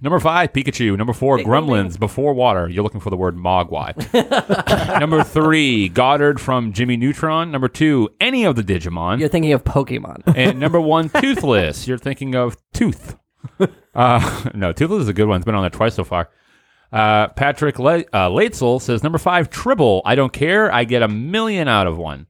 S1: Number five, Pikachu. Number four, Gremlins. Before water, you're looking for the word Mogwai. number three, Goddard from Jimmy Neutron. Number two, any of the Digimon.
S4: You're thinking of Pokemon.
S1: And number one, toothless. You're thinking of tooth. Uh, no, toothless is a good one. It's been on there twice so far. Uh, Patrick Le- uh, Latzel says number five, tribble. I don't care. I get a million out of one.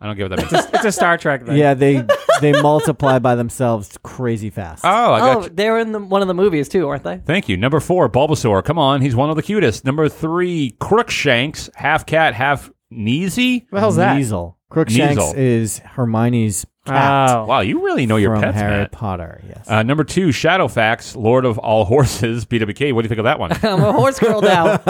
S1: I don't get what that means.
S5: It's a Star Trek thing.
S2: Yeah, they they multiply by themselves crazy fast.
S1: oh, I got
S4: oh,
S1: you.
S4: they were in the, one of the movies too, weren't they?
S1: Thank you. Number four, Bulbasaur. Come on, he's one of the cutest. Number three, Crookshanks, half cat, half Neasy.
S5: What the hell's that?
S2: Neasel. Crookshanks
S1: Neasel.
S2: is Hermione's cat
S5: Oh.
S1: Wow, you really know your
S2: from
S1: pets,
S2: Harry
S1: Matt.
S2: Potter. Yes.
S1: Uh, number two, Shadowfax, Lord of All Horses, BWK. What do you think of that one?
S4: I'm a horse girl now.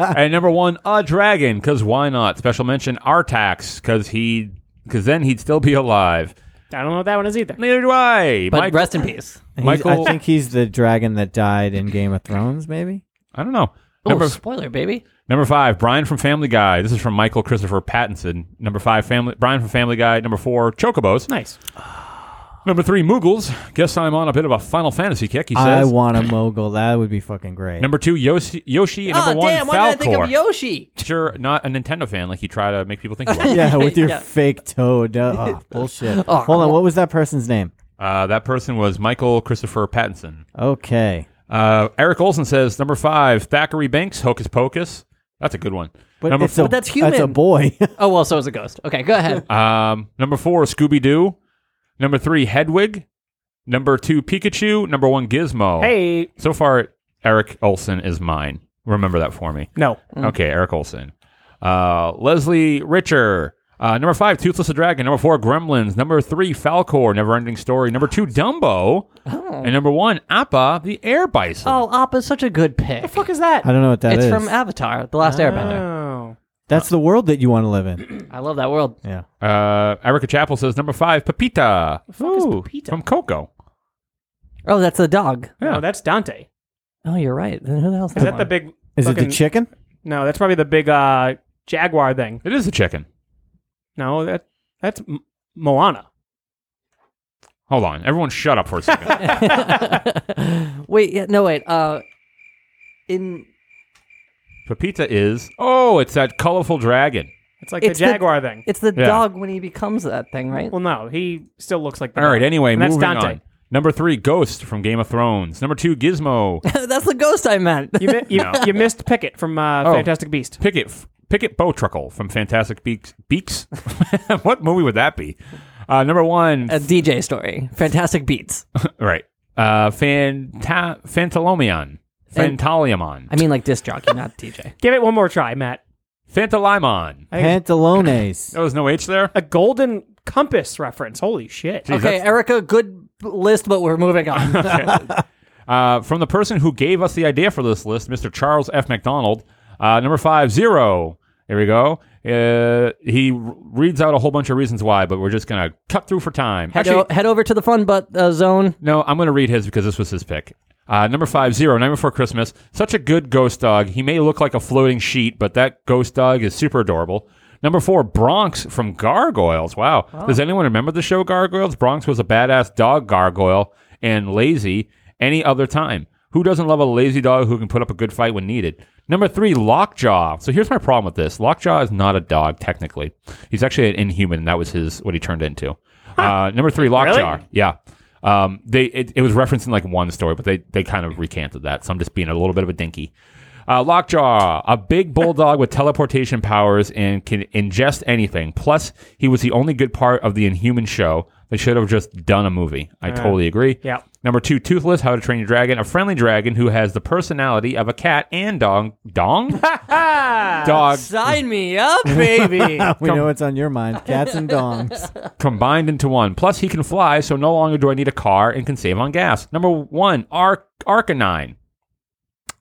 S1: and number one, a dragon, because why not? Special mention, Artax, because he, because then he'd still be alive.
S5: I don't know what that one is either.
S1: Neither do I.
S4: But
S1: Mike-
S4: rest in peace.
S2: He's-
S1: Michael-
S2: I think he's the dragon that died in Game of Thrones. Maybe.
S1: I don't know.
S4: oh,
S1: Number
S4: spoiler, baby.
S1: number five, Brian from Family Guy. This is from Michael Christopher Pattinson. Number five, Family Brian from Family Guy. Number four, Chocobos.
S5: Nice.
S1: Number three, Moogles. Guess I'm on a bit of a Final Fantasy kick. He
S2: I
S1: says.
S2: want a mogul. That would be fucking great.
S1: number two, Yoshi. Yoshi. And
S4: Oh,
S1: number one,
S4: damn, why did I think
S1: Falcor.
S4: of Yoshi?
S1: Sure, not a Nintendo fan like you try to make people think about.
S2: yeah, with your
S4: Yeah.
S2: fake toad. Uh, Oh, bullshit. Hold on. What was that person's name?
S1: uh, that person was Michael Christopher Pattinson.
S2: Okay.
S1: Uh, Eric Olson says number five, Thackeray Banks, Hocus Pocus. That's a good one.
S2: But
S1: number
S2: it's a,
S4: But that's
S2: That's a
S4: human.
S2: boy.
S4: Oh well, so is a ghost. Okay, go ahead.
S1: um, number four, Scooby Doo. Number three, Hedwig. Number two, Pikachu. Number one,
S2: Oh.
S1: Gizmo.
S5: Hey.
S1: So far, Eric Olson is mine. Remember that for me.
S5: No.
S1: Okay, Eric Olson. Uh, Leslie Richer. Uh, number five, Toothless the Dragon. Number four, Gremlins. Number three, Falcor, Never Ending Story. Number two, Dumbo.
S5: Oh.
S1: And number one, Appa, the Air Bison.
S4: oh, Appa's such a good pick.
S5: The fuck is that?
S2: I don't know what that is.
S4: it's from Avatar: The Last Airbender.
S5: Oh.
S2: That's the world that you want to live in.
S4: I love that world.
S2: Yeah.
S5: Oh.
S1: Uh, Erica Chappell says number five, Pepita. Ooh, From Coco.
S4: Oh, that's the dog.
S5: No, that's Dante.
S4: Oh, you're right. Then who the hell's
S5: Is that the big?
S2: Is it
S5: fucking-
S2: the chicken?
S5: No, that's probably the big uh, jaguar thing.
S1: It is a chicken.
S5: No, that that's M- Moana.
S1: Hold on. Everyone shut up for a second.
S4: wait, yeah, no, wait. Uh, in
S1: Pepita is oh, it's that colorful dragon.
S5: It's like
S4: It's
S5: the
S4: the-
S5: jaguar thing.
S4: It's the
S1: Yeah.
S4: dog when he becomes that thing, right?
S5: Well, no, he still looks like. The
S1: All right.
S5: dog.
S1: Anyway,
S5: and that's
S1: moving
S5: Dante.
S1: on. Number three, Ghost from Game of Thrones. Number two, Gizmo.
S4: That's the ghost I meant.
S5: You, mi- you,
S1: No.
S5: you missed Pickett from uh,
S1: Oh.
S5: Fantastic Beast.
S1: Pickett Pickett Bowtruckle from Fantastic Beaks. Beaks. what movie would that be? Uh, number one,
S4: A DJ story. Fantastic beats.
S1: right? Uh, Fanta- Fantalomion.
S4: And-
S1: Fantaliamon.
S4: I mean, like disc jockey, not DJ.
S5: Give it one more try, Matt.
S1: Fantalimon.
S2: Pantalones.
S1: There was no H there.
S5: A golden compass reference. Holy shit!
S1: Jeez,
S4: Okay,
S1: that's-
S4: Erica, good b- list, but we're moving on.
S1: Uh, from the person who gave us the idea for this list, Mr. Charles F. McDonald. Uh, number five, zero. There we go. Uh, he r- reads out a whole bunch of reasons why, but we're just going to cut through for time.
S4: head,
S1: Actually,
S4: o- head over to the fun butt uh, zone.
S1: No, I'm going to read his because this was his pick. Uh, number five, zero, Night Before Christmas. Such a good ghost dog. He may look like a floating sheet, but that ghost dog is super adorable. Number four, Bronx from Gargoyles. Wow. Does anyone remember the show Gargoyles? Bronx was a badass dog gargoyle and lazy any other time. Who doesn't love a lazy dog who can put up a good fight when needed? Number three, Lockjaw. So here's my problem with this. Lockjaw is not a dog technically. He's actually an inhuman. and That was his what he turned into. Uh, number three, Lockjaw. Yeah. Um, they it, it was referenced in like one story, but they they kind of recanted that. So I'm just being a little bit of a dinky. Uh, Lockjaw, a big bulldog with teleportation powers and can ingest anything. Plus, he was the only good part of the Inhuman show. They should have just done a movie. I totally agree.
S5: yeah.
S1: Number two, Toothless, How to Train Your Dragon, a friendly dragon who has the personality of a cat and dong dong dog
S4: Sign me up, baby.
S2: We know it's on your mind. Cats and dongs.
S1: combined into one. Plus, he can fly, so no longer do I need a car and can save on gas. Number one, Arc Arcanine.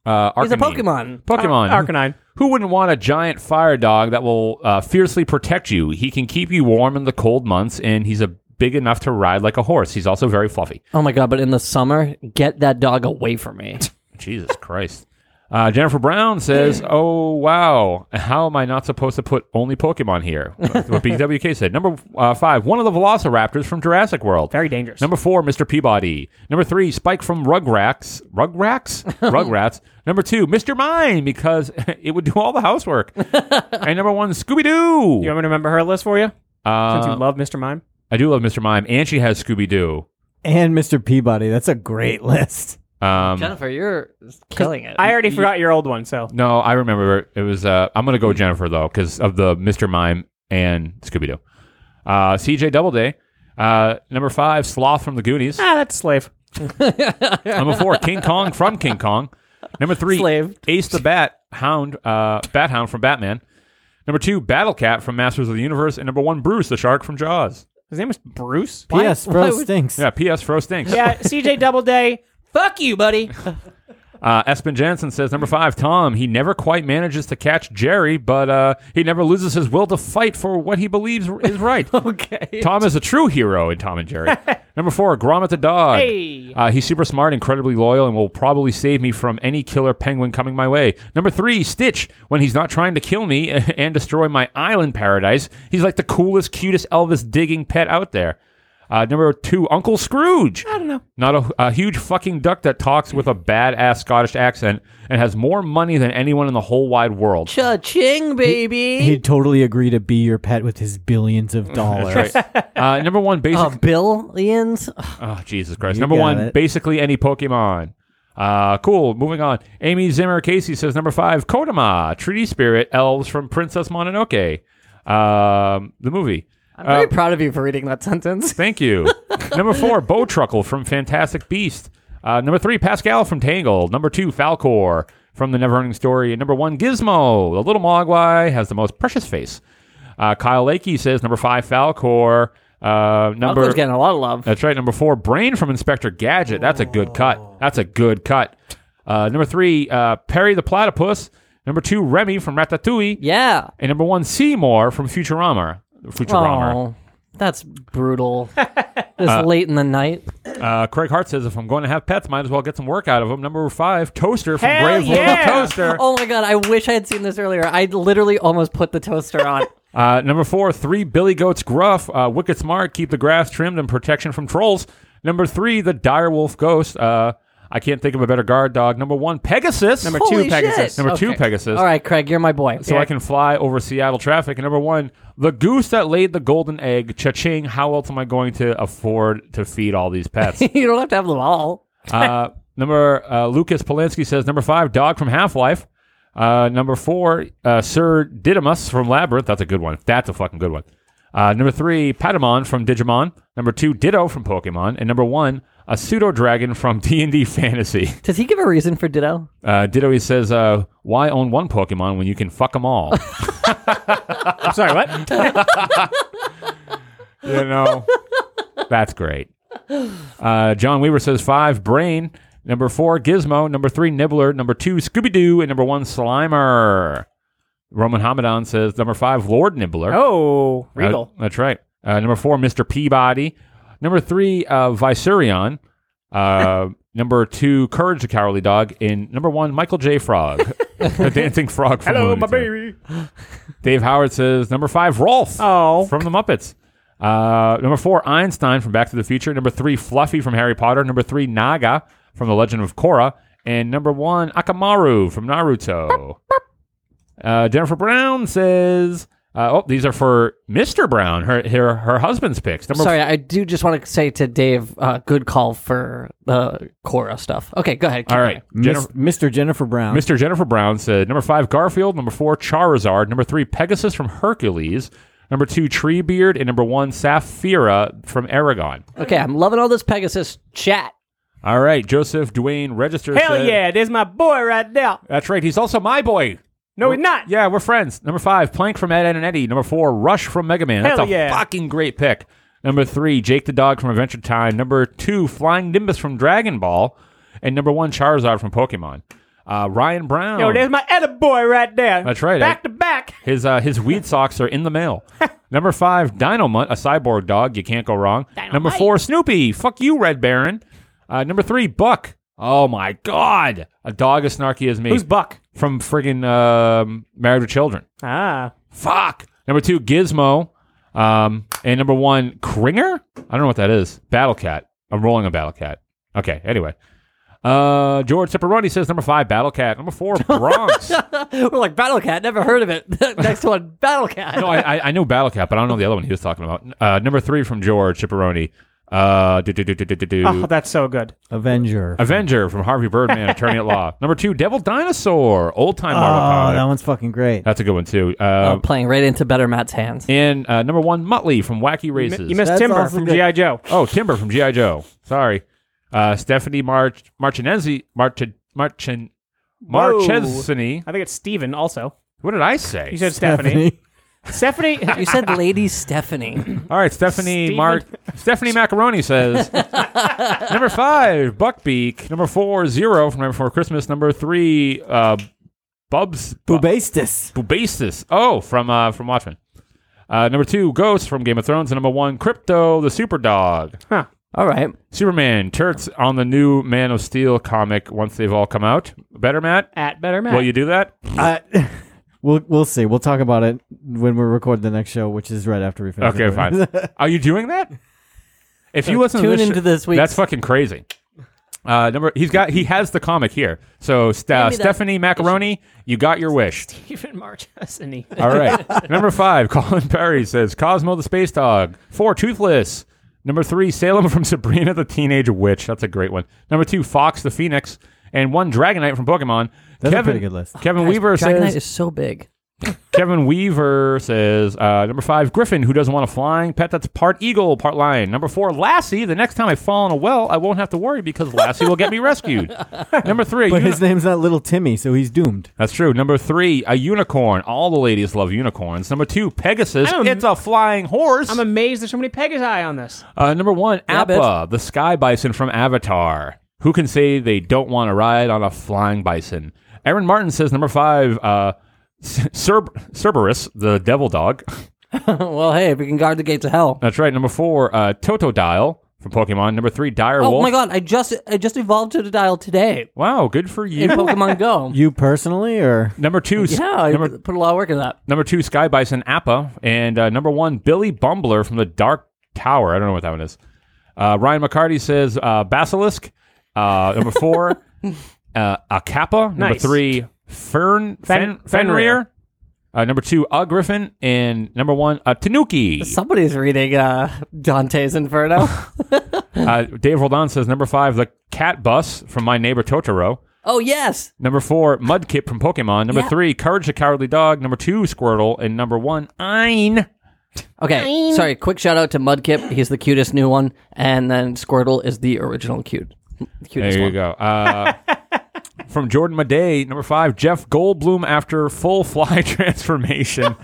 S1: Uh,
S4: He's a
S1: Arcanine.
S4: Pokemon.
S1: Pokemon.
S5: Arcanine.
S1: Who wouldn't want a giant fire dog that will uh, fiercely protect you? He can keep you warm in the cold months, and he's a big enough to ride like a horse. He's also very fluffy.
S4: Oh my god! But in the summer, get that dog away from me.
S1: Jesus Christ. Uh, Jennifer Brown says, "Oh wow, how am I not supposed to put only Pokemon here?" That's what BWK said. Number uh, five, one of the Velociraptors from Jurassic World.
S5: Very dangerous.
S1: Number four, Mr. Peabody. Number three, Spike from Rugrats. Rugrats? Rugrats. Number two, Mr. Mime, because it would do all the housework. and number one, Scooby
S5: you
S1: Doo.
S5: want me to remember her list for you? Since you
S1: Uh,
S5: love Mr. Mime.
S1: I do love Mr. Mime, and she has Scooby Doo.
S2: And Mr. Peabody. That's a great list.
S1: Um,
S4: Jennifer, you're killing it.
S5: I already forgot your old one, so
S1: no, I remember it was. Uh, I'm going to go with Jennifer, though, because of the Mr. Mime and Scooby Doo. Uh, CJ Doubleday. Uh, number five, Sloth from the Goonies.
S5: ah, that's slave.
S1: Number four, King Kong from King Kong. Number three,
S4: Slave.
S1: Ace the Bat Hound, uh, Bat Hound from Batman. Number two, Battle Cat from Masters of the Universe, and number one, Bruce the Shark from Jaws.
S5: His name was Bruce.
S2: P.S. Bro stinks.
S1: Yeah, P.S. Fro stinks.
S5: yeah, CJ Doubleday.
S4: Fuck you, buddy.
S1: Uh, Espen Jensen says number five, Tom. He never quite manages to catch Jerry, but uh, he never loses his will to fight for what he believes is right.
S4: okay.
S1: Tom is a true hero in Tom and Jerry. Number four, Gromit the dog.
S5: Hey.
S1: Uh, he's super smart, incredibly loyal, and will probably save me from any killer penguin coming my way. Number three, Stitch. When he's not trying to kill me and destroy my island paradise, he's like the coolest, cutest Elvis digging pet out there. Uh, number two, Uncle Scrooge. I don't know. Not a, a huge fucking duck that talks with a badass Scottish accent and has more money than anyone in the whole wide world.
S4: Cha-ching, baby.
S2: He'd totally agree to be your pet with his billions of dollars.
S1: Uh, number one, basic.
S4: uh, billions.
S1: Oh, Jesus Christ.
S2: You
S1: number
S2: got
S1: one,
S2: it.
S1: basically any Pokemon. Uh, cool. Moving on. Amy Zimmer Casey says number five, Kodama, Treaty Spirit, Elves from Princess Mononoke, um, the movie.
S4: I'm
S1: Uh,
S4: very proud of you for reading that sentence.
S1: Thank you. number four, Bo Truckle from Fantastic Beast. Uh, number three, Pascal from Tangled. Number two, Falcor from The Neverending Story. And number one, Gizmo, the little Mogwai has the most precious face. Uh, Kyle Lakey says number five, Falcor. Uh, number
S4: Uncle's getting a lot of love.
S1: that's right. Number four, Brain from Inspector Gadget. That's a good cut. That's a good cut. Uh, number three, uh, Perry the Platypus. Number two, Remy from Ratatouille.
S4: Yeah.
S1: And number one, Seymour from Futurama. Futurama.
S4: Oh, that's brutal. this late in the night.
S1: Uh, Craig Hart says, if I'm going to have pets, might as well get some work out of them. Number five, Toaster from
S5: Hell
S1: Brave
S5: yeah!
S1: Little Toaster.
S4: Oh my god, I wish I had seen this earlier. I literally almost put the toaster on.
S1: Uh, number four, three Billy Goats Gruff, uh, Wicked Smart, keep the grass trimmed and protection from trolls. Number three, the Dire Wolf Ghost. Uh, I can't think of a better guard dog. Number one, Pegasus.
S5: Number
S4: Holy
S5: two,
S4: shit.
S5: Pegasus.
S1: Number two,
S4: Okay.
S1: Pegasus.
S4: All right, Craig, you're my boy.
S1: So I can fly over Seattle traffic. And number one, the goose that laid the golden egg. Cha-ching! How else am I going to afford to feed all these pets?
S4: you don't have to have them all.
S1: Uh, number uh, Lucas Polanski says number five, dog from Half Life. Uh, number four, uh, Sir Didymus from Labyrinth. That's a good one. That's a fucking good one. Uh, number three, Patamon from Digimon. Number two, Ditto from Pokemon. And number one, a pseudo dragon from D and D Fantasy.
S4: Does he give a reason for Ditto?
S1: Uh, Ditto he says, uh, "Why own one Pokemon when you can fuck them all?"
S5: I'm sorry, what?
S1: you know, that's great. Uh, John Weaver says five, Brain. Number four, Gizmo. Number three, Nibbler. Number two, Scooby Doo. And number one, Slimer. Roman Hamadan says number five, Lord Nibbler.
S5: oh,
S1: Uh,
S5: Regal.
S1: that's right. Uh, number four, Mr. Peabody. Number three, uh, Viserion. Uh, number two, Courage the Cowardly Dog. And number one, Michael J. Frog, the dancing frog from Looney Tunes. Dave Howard says number five, Rolf
S5: Oh.
S1: from the Muppets. Uh, number four, Einstein from Back to the Future. Number three, Fluffy from Harry Potter. Number three, Naga from The Legend of Korra. And number one, Akamaru from Naruto. Uh, Jennifer Brown says, uh, "Oh, these are for Mr. Brown, her her, her husband's picks." Number
S4: Sorry, I do just want to say to Dave, uh, good call for the Cora stuff. Okay, go ahead. keep
S1: all right,
S2: Mis-
S1: Jennifer,
S2: Mr. Jennifer Brown.
S1: Mr. Jennifer Brown said number five Garfield, number four Charizard, number three Pegasus from Hercules, number two Treebeard, and number one Saphira from Aragon.
S4: going. Okay, I'm loving all this Pegasus chat.
S1: All right, Joseph Dwayne Register.
S5: Hell
S1: said-
S5: yeah, there's my boy right there.
S1: that's right. He's also my boy.
S5: No, he's not.
S1: Oh, Yeah, we're friends. Number five, Plank from Ed, Ed and Eddie. Number four, Rush from Mega Man. That's
S5: Hell
S1: a
S5: yeah.
S1: fucking great pick. Number three, Jake the Dog from Adventure Time. Number two, Flying Nimbus from Dragon Ball. And number one, Charizard from Pokemon. Uh, Ryan Brown.
S5: Yo, there's my other boy right there.
S1: That's right,
S5: Back
S1: I-
S5: to back.
S1: his uh, his weed socks are in the mail. Number five, Dinomutt, a cyborg dog. You can't go wrong. Number four, Snoopy. Fuck you, Red Baron. Uh, number three, Buck. Oh my God, a dog as snarky as me.
S5: Who's Buck?
S1: from friggin' um, Married with Children?
S5: Ah.
S1: Fuck. Number two, Gizmo. Um, and number one, Kringer. I don't know what that is. Battle Cat. I'm rolling a Battle Cat. Okay. Anyway, uh, George Ciparoni says number five, Battle Cat. Number four, Bronx.
S4: We're like Battle Cat. Never heard of it. Next one, Battle Cat.
S1: no, I, I- I know Battle Cat, but I don't know the other one he was talking about. Uh, number three from George Ciparoni. Uh, do, do, do, do, do, do, do.
S5: Oh, that's so good.
S2: Avenger.
S1: Avenger from Harvey Birdman, Attorney at Law. Number two, Devil Dinosaur, old time Marvel
S2: Oh,
S1: comic.
S2: that one's fucking great.
S1: That's a good one too. Uh,
S5: Oh.
S4: Uh, playing right into better Matt's hands.
S1: and uh, number one, Muttley from Wacky
S5: You mi-
S1: Races.
S5: You missed
S2: That's
S5: Timber
S2: also
S5: from
S2: good.
S5: G.I. Joe.
S1: Oh, Timber from GI Joe. Sorry, uh, Stephanie March Marchinezzi Marchin Marchin
S5: Whoa.
S1: Marchesini.
S5: I think it's Steven also.
S1: What did I say?
S5: You said Stephanie. Stephanie.
S4: You said Lady Stephanie.
S1: All right, Stephanie
S5: Steven-
S1: Mark Stephanie Macaroni says number five Buckbeak, number four Zero from Night Before Christmas, number three uh, Bubs Bu-
S2: Bubastis.
S1: Bubastis. Oh, from uh, from Watchmen. Uh, number two Ghost from Game of Thrones, and number one Crypto the Super Dog.
S4: All right.
S1: Superman turrets on the new Man of Steel comic once they've all come out. Better Matt.
S5: at Better Man.
S1: Will you do that?
S2: Uh, we'll we'll see. We'll talk about it when we record the next show, which is right after we finish.
S1: Okay,
S2: recording.
S1: fine. Are you doing that? If you listen to
S4: Uh, tune
S1: this
S4: into
S1: sh-
S4: this week's-
S1: that's fucking crazy. Uh, number he's got he has the comic here. So Ste-
S4: Hand me that.
S1: Stephanie Macaroni, you got your wish.
S5: Steven Marchesini.
S1: All right. number five, Colin Perry says Cosmo the Space Dog. Four, Toothless. Number three, Salem from Sabrina the Teenage Witch. That's a great one. Number two, Fox the Phoenix, and one Dragonite from Pokemon.
S2: That's a
S1: Kevin,
S2: pretty good list.
S1: Kevin
S4: Guys,
S1: Weaver
S4: Dragonite
S1: says
S4: is so big.
S1: Kevin Weaver says uh, number five Griffin, who doesn't want a flying pet that's part eagle, part lion. Number four Lassie. The next time I fall in a well, I won't have to worry because Lassie will get me rescued. number three,
S2: But
S1: uni-
S2: his name's not Little Timmy, so he's doomed.
S1: that's true. Number three, a unicorn. All the ladies love unicorns. Number two, Pegasus.
S5: I'm a-
S1: it's a flying horse.
S5: I'm amazed there's so many Pegasi on this.
S1: uh, number one,
S4: Yeah,
S1: Appa,
S4: bitch.
S1: the sky bison from Avatar. Who can say they don't want to ride on a flying bison? Aaron Martin says number five, uh, Cer- Cerberus, the devil dog.
S4: well, hey, we can guard the gates of hell.
S1: That's right. Number four, uh, Totodile from Pokemon. Number three, Dire
S4: Oh
S1: Wolf.
S4: my god, I just I just evolved to the dial today
S1: Wow, good for
S4: in
S1: you.
S4: Pokemon Go.
S2: You personally, or
S1: number two, s-
S4: yeah, I
S1: number,
S4: put a lot of work in that.
S1: number two, Sky Bison Appa, and uh, number one, Billy Bumbler from the Dark Tower. I don't know what that one is. Uh, Ryan McCarty says uh, Basilisk, Uh, number four, uh, a kappa. Number
S5: Nice.
S1: three, Fern, Fen,
S5: Fen-
S1: Fenrir. Uh, number two, a griffin, and number one, a tanuki.
S4: Somebody's reading uh, Dante's Inferno.
S1: Uh, Dave Roldan says number five, the cat bus from My Neighbor Totoro.
S4: oh yes,
S1: Number four, Mudkip from Pokemon. Number
S4: Yeah.
S1: three, Courage the Cowardly Dog. Number two, Squirtle, and number one, Ein.
S4: Okay, sorry. Quick shout out to Mudkip. He's the cutest new one, and then Squirtle is the original cute, cutest
S1: There you
S4: one.
S1: go. Uh, from Jordan Madey, number five, Jeff Goldblum after full fly transformation.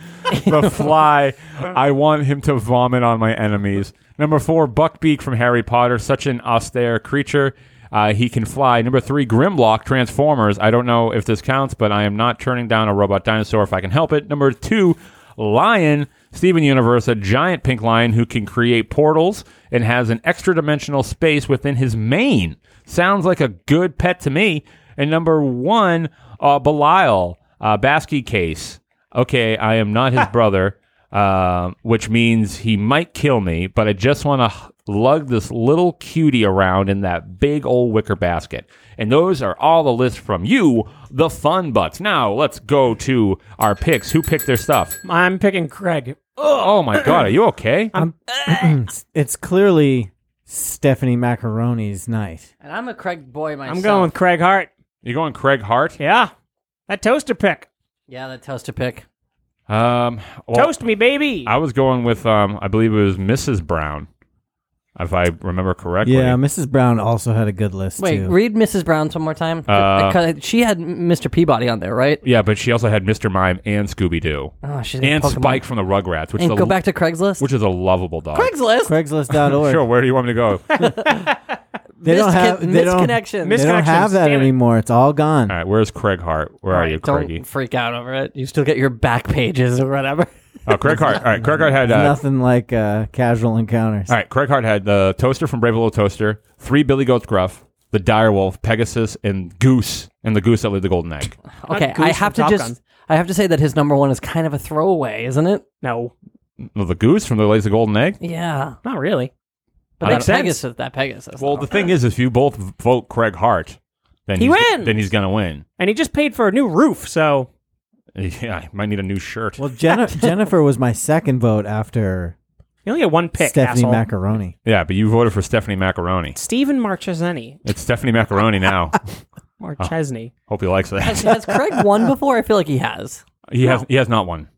S1: the fly. I want him to vomit on my enemies. Number four, Buckbeak from Harry Potter, such an austere creature. Uh, he can fly. Number three, Grimlock Transformers. I don't know if this counts, but I am not turning down a robot dinosaur if I can help it. Number two, Lion, Steven Universe, a giant pink lion who can create portals and has an extra dimensional space within his mane. Sounds like a good pet to me. And number one, uh, Belial, uh, Basky Case. Okay, I am not his brother, uh, which means he might kill me, but I just want to lug this little cutie around in that big old wicker basket. And those are all the lists from you, the fun butts. Now let's go to our picks. Who picked their stuff?
S5: I'm picking Craig.
S1: Oh my God, are you okay?
S2: It's, it's clearly Stephanie Macaroni's night.
S4: And I'm a Craig boy myself.
S5: I'm going with Craig Hart.
S1: You're going Craig Hart?
S5: Yeah, that toaster pick.
S4: Yeah, that toast to pick.
S1: Um, well,
S5: Toast me, baby.
S1: I was going with, um, I believe it was Mrs. Brown, if I remember correctly.
S2: Yeah,
S4: um,
S2: Mrs. Brown also had a good list
S4: Wait,
S2: too.
S4: read Mrs. Brown's one more time.
S1: Uh,
S4: 'Cause she had Mr. Peabody on there, right?
S1: Yeah, but she also had Mr. Mime and Scooby Doo.
S4: Oh, she's
S1: and
S4: Pokemon.
S1: Spike from the Rugrats, which is a
S4: And go back to Craigslist.
S1: which is a lovable dog.
S4: Craigslist.
S2: Craigslist.org.
S1: Sure, where do you want me to go? All
S2: They don't
S4: Miscon-
S2: have they don't,
S4: misconnection.
S2: They don't have
S5: Misconnections,
S2: that
S5: damn it.
S2: anymore. It's all gone.
S1: right, where's Craig Hart? Where are you,
S4: Alright, don't
S1: Craigie?
S4: freak out over it. You still get your back pages or whatever.
S1: Oh, Craig Hart. All right, Craig Hart had. Uh,
S2: Nothing like uh, casual encounters.
S1: all right, Craig Hart had the toaster from Brave Little Toaster, three Billy Goats Gruff, the Direwolf, Pegasus, and Goose, and the Goose that laid the golden egg.
S4: Okay,
S5: Goose
S4: I have to
S5: from Top
S4: just
S5: Gun.
S4: I have to say that his number one is kind of a throwaway, isn't it?
S5: no,
S1: No, the Goose from the lays the golden egg.
S4: Yeah,
S5: not really.
S4: but
S5: Makes
S4: that
S5: sense.
S4: Pegasus, that Pegasus.
S1: Well,
S4: though.
S1: the thing is, if you both vote Craig Hart, then
S5: He
S1: he's,
S5: wins!
S1: Then he's gonna win.
S5: And he just paid for a new roof, so
S1: Yeah, I might need a new shirt.
S2: Well, Jen- Jennifer was my second vote after
S5: you only get one pick.
S2: Stephanie
S5: asshole.
S2: Macaroni.
S1: yeah, but you voted for Stephanie Macaroni.
S5: Stephen Marchesani.
S1: It's Stephanie Macaroni now.
S5: Marchesney.
S1: Hope he likes that.
S4: has, has Craig won before? I feel like he has.
S1: He has. He has not won.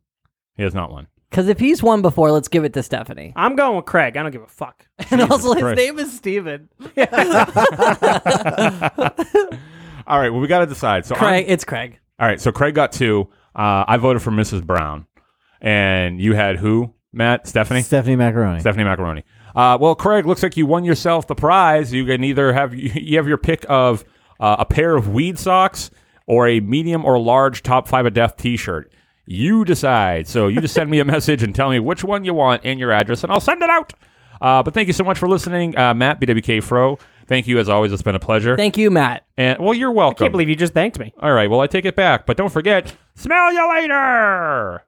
S1: He has not won.
S4: Because if he's won before, let's give it to Stephanie.
S5: I'm going with Craig. I don't give a fuck.
S4: and also, his
S1: Christ.
S4: name is Steven.
S1: All right. Well, we got to decide. So
S4: Craig,
S1: I'm-
S4: it's Craig.
S1: all right. So Craig got two. Uh, I voted for Mrs. Brown, and you had who? Matt, Stephanie,
S2: Stephanie Macaroni.
S1: Stephanie Macaroni. Uh, well, Craig, looks like you won yourself the prize. You can either have you have your pick of uh, a pair of weed socks or a medium or large top five of death T-shirt. You decide. So you just send me a message and tell me which one you want and your address, and I'll send it out. Uh, but thank you so much for listening, uh, Matt BWK Fro. Thank you as always. It's been a pleasure.
S4: Thank you, Matt.
S1: and well, you're welcome.
S5: Can't believe you just thanked me.
S1: All right. Well, I take it back, but don't forget, smell you later.